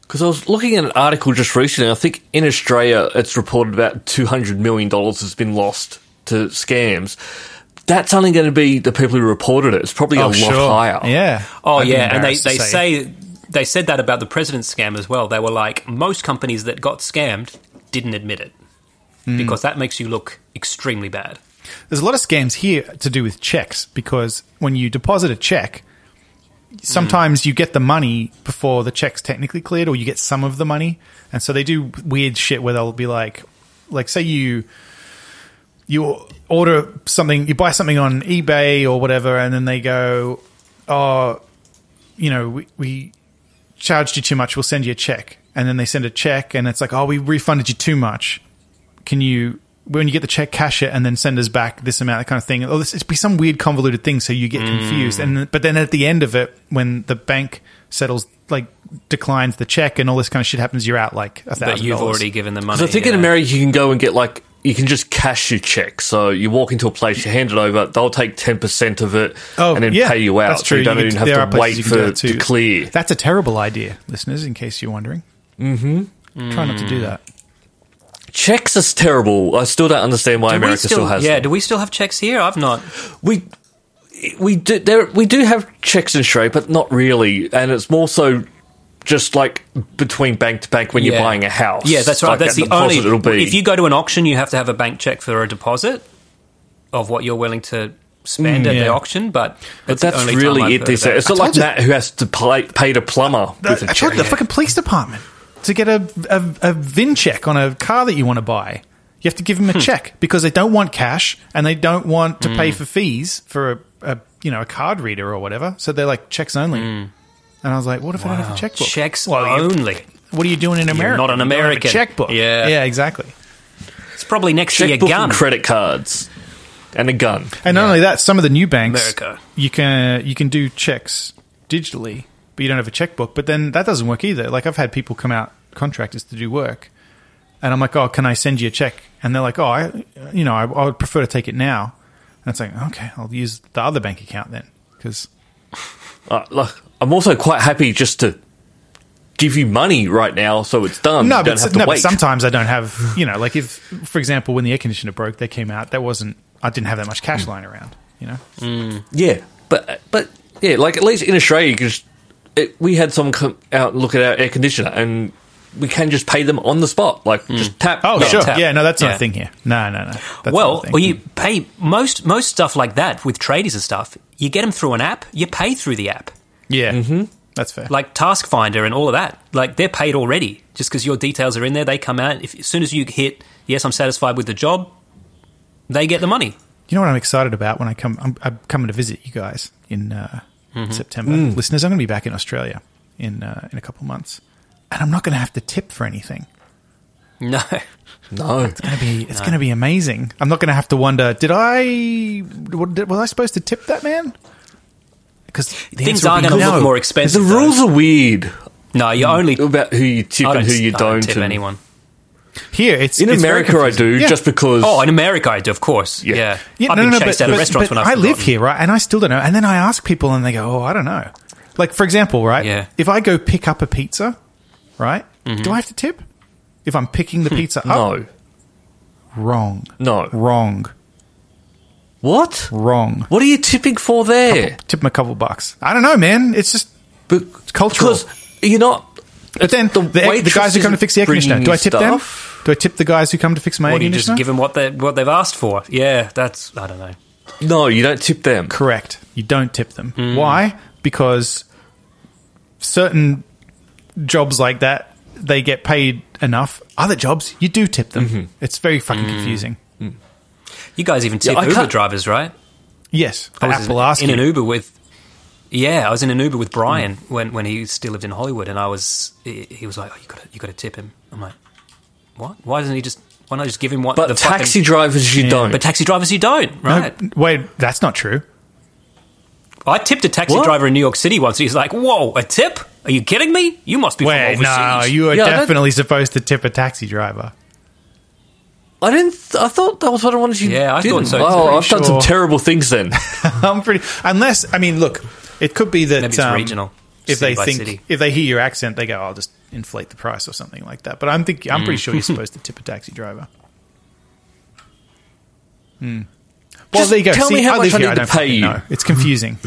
S2: Because I was looking at an article just recently. I think in Australia, it's reported about two hundred million dollars has been lost to scams. That's only going to be the people who reported it. It's probably a lot higher.
S3: Oh, Yeah.
S4: Oh
S3: I'd be
S4: yeah, and they
S3: embarrassed to
S4: they say. they said that about the president's scam as well. They were like, most companies that got scammed didn't admit it
S3: Hmm.
S4: because that makes you look extremely bad.
S3: there's a lot of scams here to do with checks because when you deposit a check, sometimes you get the money before the check's technically cleared, or you get some of the money, and so they do weird shit where they'll be like, like say you you order something, you buy something on eBay or whatever, and then they go, oh, you know, we, we charged you too much. We'll send you a check, and then they send a check, and it's like, oh, we refunded you too much. Can you? When you get the check, cash it, and then send us back this amount, that kind of thing. Oh, this, it's be some weird convoluted thing, so you get confused. And but then at the end of it, when the bank settles, like declines the check, and all this kind of shit happens, you're out like a
S4: But
S3: thousand.
S4: you've
S3: dollars.
S4: already given the money.
S2: Because I think in
S4: yeah.
S2: America, you can go and get like you can just cash your check. So you walk into a place, you hand it over, they'll take ten percent of it,
S3: Oh,
S2: and then
S3: yeah,
S2: pay you out.
S3: That's
S2: so
S3: true.
S2: you don't
S3: could-
S2: even
S3: there are
S2: have to
S3: places
S2: wait
S3: you can do
S2: for
S3: that
S2: it to
S3: too.
S2: clear.
S3: That's a terrible idea, listeners. In case you're wondering, mm-hmm. try not to do that.
S2: Checks is terrible. I still don't understand why
S4: Do we
S2: America still, has.
S4: yeah.
S2: them.
S4: Do we still have checks here? I've not.
S2: we we do there we do have checks in Australia, but not really, and it's more so just like between bank to bank when you're
S4: Yeah.
S2: buying a house.
S4: Yeah, that's right.
S2: Like
S4: that's
S2: at
S4: the
S2: deposit,
S4: only.
S2: it'll be.
S4: If you go to an auction, you have to have a bank check for a deposit of what you're willing to spend at the
S3: Mm, yeah.
S4: auction. But
S2: but
S4: the
S2: that's
S4: only time
S2: really
S4: I've
S2: it. They
S4: heard
S2: say
S4: of
S2: it's not
S3: I
S2: like
S3: told you-
S2: Matt who has to pay, pay the plumber with
S3: I
S2: a
S3: tried
S2: check.
S3: Uh, the fucking police department to get a, a a VIN check on a car that you want to buy. You have to give them a
S2: Hmm.
S3: check because they don't want cash and they don't want to pay for fees for a, a you know a card reader or whatever. So they're like checks only.
S2: Hmm.
S3: And I was like, what if I don't have a
S4: that.
S3: checkbook?
S4: checks
S3: you-
S4: only.
S3: What are you doing in America?
S4: not an
S3: You don't have a
S4: American.
S3: checkbook.
S4: Yeah.
S3: yeah, exactly.
S4: It's probably next to
S2: Checkbook
S4: your gun.
S2: and credit cards and a gun.
S3: And not only that, some of the new banks,
S4: America.
S3: you can you can do checks digitally, but you don't have a checkbook. But then that doesn't work either. Like I've had people come out contractors to do work, and I'm like, oh, can I send you a check? And they're like, oh, I, you know, I, I would prefer to take it now. And it's like, okay, I'll use the other bank account then because
S2: Uh, look, I'm also quite happy just to give you money right now, so it's done.
S3: no,
S2: you
S3: but,
S2: don't have to
S3: no but
S2: wait.
S3: sometimes I don't have, you know, like if, for example, when the air conditioner broke, they came out. That wasn't, I didn't have that much cash lying around, you know.
S2: Yeah, but but yeah, like at least in Australia, you can just, it, we had someone come out and look at our air conditioner, and we can just pay them on the spot, like just tap.
S3: Oh,
S2: go.
S3: sure,
S4: tap.
S3: yeah, no, that's not
S4: Hmm. Yeah.
S3: a thing here. No, no, no. That's not a
S4: well,
S3: thing.
S4: or you pay most most stuff like that with tradies and stuff. You get them through an app. You pay through the app,
S3: Yeah, mm-hmm. that's fair.
S4: like Task Finder and all of that. Like they're paid already just because your details are in there. They come out if, as soon as you hit. Yes, I'm satisfied with the job. They get the money.
S3: you know what I'm excited about when I come? I'm, I'm coming to visit you guys in uh,
S4: Mm-hmm.
S3: September,
S2: Mm.
S3: listeners. I'm going to be back in Australia in uh, in a couple months, and I'm not going to have to tip for anything.
S4: No,
S2: no,
S3: It's going to be it's going to be amazing. I'm not going to have to wonder did I what, did, was I supposed to tip that man? Because
S4: things are going to look more expensive.
S2: the
S4: though.
S2: rules are weird
S4: No, you only.
S2: about who you tip
S4: I
S2: and
S4: don't,
S2: Hmm. who you
S4: I
S2: don't.
S4: tip
S2: and-
S4: anyone.
S3: here. It's
S2: In
S3: it's very
S2: America, I do
S3: confusing. Yeah.
S2: just because.
S4: Oh, in America, I do, of course. Yeah,
S2: Yeah.
S3: Yeah,
S4: I've
S3: no,
S4: been
S3: no, no,
S4: chased
S3: but,
S4: out of
S3: but-
S4: restaurants
S3: but
S4: when I've
S3: I live
S4: forgotten.
S3: here, right? And I still don't know. And then I ask people, and they go, "Oh, I don't know." Like for example, right?
S4: Yeah.
S3: If I go pick up a pizza, right? Do I have to tip? If I'm picking
S4: Hmm.
S3: the pizza up,
S2: No,
S3: wrong,
S2: no.
S3: wrong,
S2: What?
S3: wrong.
S2: What are you tipping for there?
S3: Tip them a couple bucks. I don't know, man. It's just
S2: But
S3: cultural.
S2: Because you're not.
S3: But then the, the, guys who come to fix the air conditioner, do I tip them? Do I tip the guys who come to fix my
S4: Or
S3: air
S4: do you just
S3: conditioner?
S4: give them what they what they've asked for? Yeah, that's I don't know.
S2: them? No, you don't tip them.
S3: Correct. You don't tip them.
S4: Hmm.
S3: Why? Because certain jobs like that,
S4: Mm-hmm. Hmm.
S3: they get paid enough. Other jobs, you do tip them. It's very fucking confusing.
S4: You guys even tip
S2: I
S4: Uber
S2: can't-
S4: drivers, right?
S3: Yes,
S4: I was
S3: Apple
S4: in,
S3: asked
S4: in
S3: you. Hmm.
S4: an Uber with. Yeah, I was in an Uber with Brian when, when he still lived in Hollywood, and I was he he was like, oh, you got to you got to tip him. I'm like, what? Why doesn't he just? Why not just give him what?
S2: But
S4: the fucking-
S2: taxi drivers, you don't.
S4: but taxi drivers, you don't,
S3: No,
S4: right?
S3: wait, that's not true.
S4: I tipped a taxi
S2: What?
S4: driver in New York City once. and He's like, "Whoa, a tip? Are you kidding me? You must be
S3: Wait,
S4: from
S3: no,
S4: overseas."
S3: you are
S2: Yeah, I don't-
S3: definitely supposed to tip a taxi driver.
S2: I didn't. Th- I thought that was what I wanted you.
S4: Yeah, I thought
S2: didn't.
S4: so too.
S2: Oh, I've done some
S3: Sure.
S2: terrible things then.
S3: I'm pretty. Unless, I mean, look, it could be that
S4: Maybe it's
S3: um,
S4: regional,
S3: If
S4: city
S3: they
S4: by
S3: think,
S4: city.
S3: if they hear your accent, they go, "I'll just inflate the price" or something like that. But I'm think, I'm pretty
S2: Mm.
S3: sure you're supposed to tip a taxi driver. Hmm. Well,
S2: Just
S3: there you go.
S2: tell
S3: See,
S2: me how
S3: I
S2: much
S3: live
S2: I
S3: here,
S2: need to
S3: don't
S2: pay
S3: fucking
S2: you.
S3: know. It's confusing.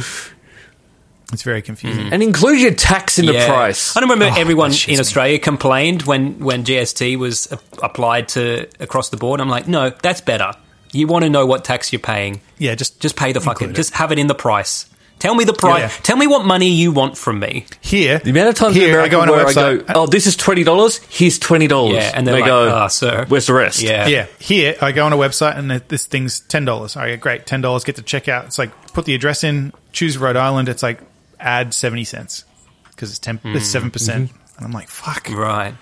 S3: it's very confusing.
S2: and include your tax in
S4: Yeah.
S2: the price.
S4: I don't remember everyone
S3: shits
S4: in
S3: me.
S4: Australia complained when, when GST was a- applied to across the board. I'm like, no, that's better. You want to know what tax you're paying?
S3: Yeah, just
S4: Just pay the fucking.
S3: Include it.
S4: Just have it in the price. Tell me the price.
S3: Yeah.
S4: Tell me what money you want from me.
S3: here.
S2: The amount of times
S3: here
S2: in
S3: I
S2: America
S3: go on a
S2: where I
S3: website.
S2: go, oh, this is twenty dollars. Here's twenty dollars.
S4: Yeah, and they're
S2: they
S4: like,
S2: go,
S4: "Ah, sir."
S2: where's the rest?
S4: Yeah.
S3: Yeah, here I go on a website and it- this thing's ten dollars. I go, great, ten dollars. Get to checkout. It's like put the address in, choose Rhode Island. It's like add seventy cents because it's ten, it's
S2: Mm.
S3: seven percent.
S2: Mm-hmm.
S3: And I'm like, fuck.
S4: Right.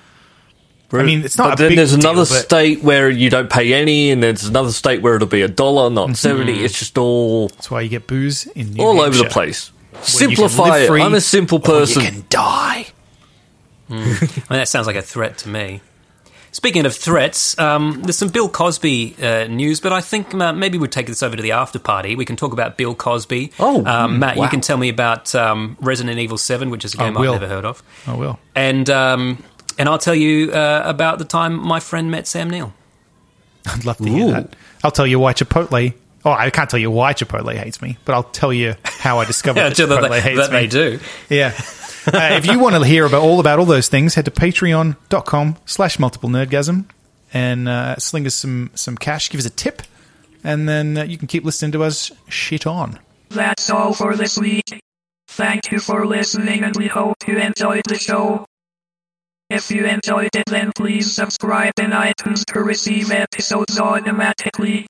S3: I mean, it's not.
S2: But
S3: a
S2: then
S3: big
S2: there's another
S3: deal, but-
S2: state where you don't pay any, and there's another state where it'll be a dollar, not seventy. It's just all
S3: That's why Mm-hmm. you get booze in New
S2: all over the
S3: Hampshire,
S2: place.
S3: where you can
S2: Simplify
S3: live
S2: it.
S3: free
S2: I'm a simple
S3: or
S2: person.
S3: you can die.
S4: I mean, that sounds like a threat to me. Speaking of threats, um, there's some Bill Cosby uh, news, but I think uh, maybe we'll take this over to the after party. We can talk about Bill Cosby.
S2: Oh,
S4: um, Matt,
S2: wow.
S4: you can tell me about um, Resident Evil Seven, which is a
S3: I
S4: game
S3: will.
S4: I've never heard of,
S3: I will.
S4: and um, and I'll tell you uh, about the time my friend met Sam Neill.
S3: I'd love to hear
S2: Ooh.
S3: that. I'll tell you why Chipotle. Oh, I can't tell you why Chipotle hates me, but I'll tell you how I discovered
S4: Yeah,
S3: that Chipotle
S4: that, they,
S3: hates
S4: that
S3: me.
S4: they do.
S3: Yeah. Uh, if you want to hear about all about all those things, head to patreon.com slash multiple nerdgasm and uh, sling us some, some cash, give us a tip, and then uh, you can keep listening to us shit on.
S5: That's all for this week. Thank you for listening and we hope you enjoyed the show. If you enjoyed it then please subscribe in iTunes to receive episodes automatically.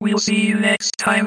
S5: We'll see you next time.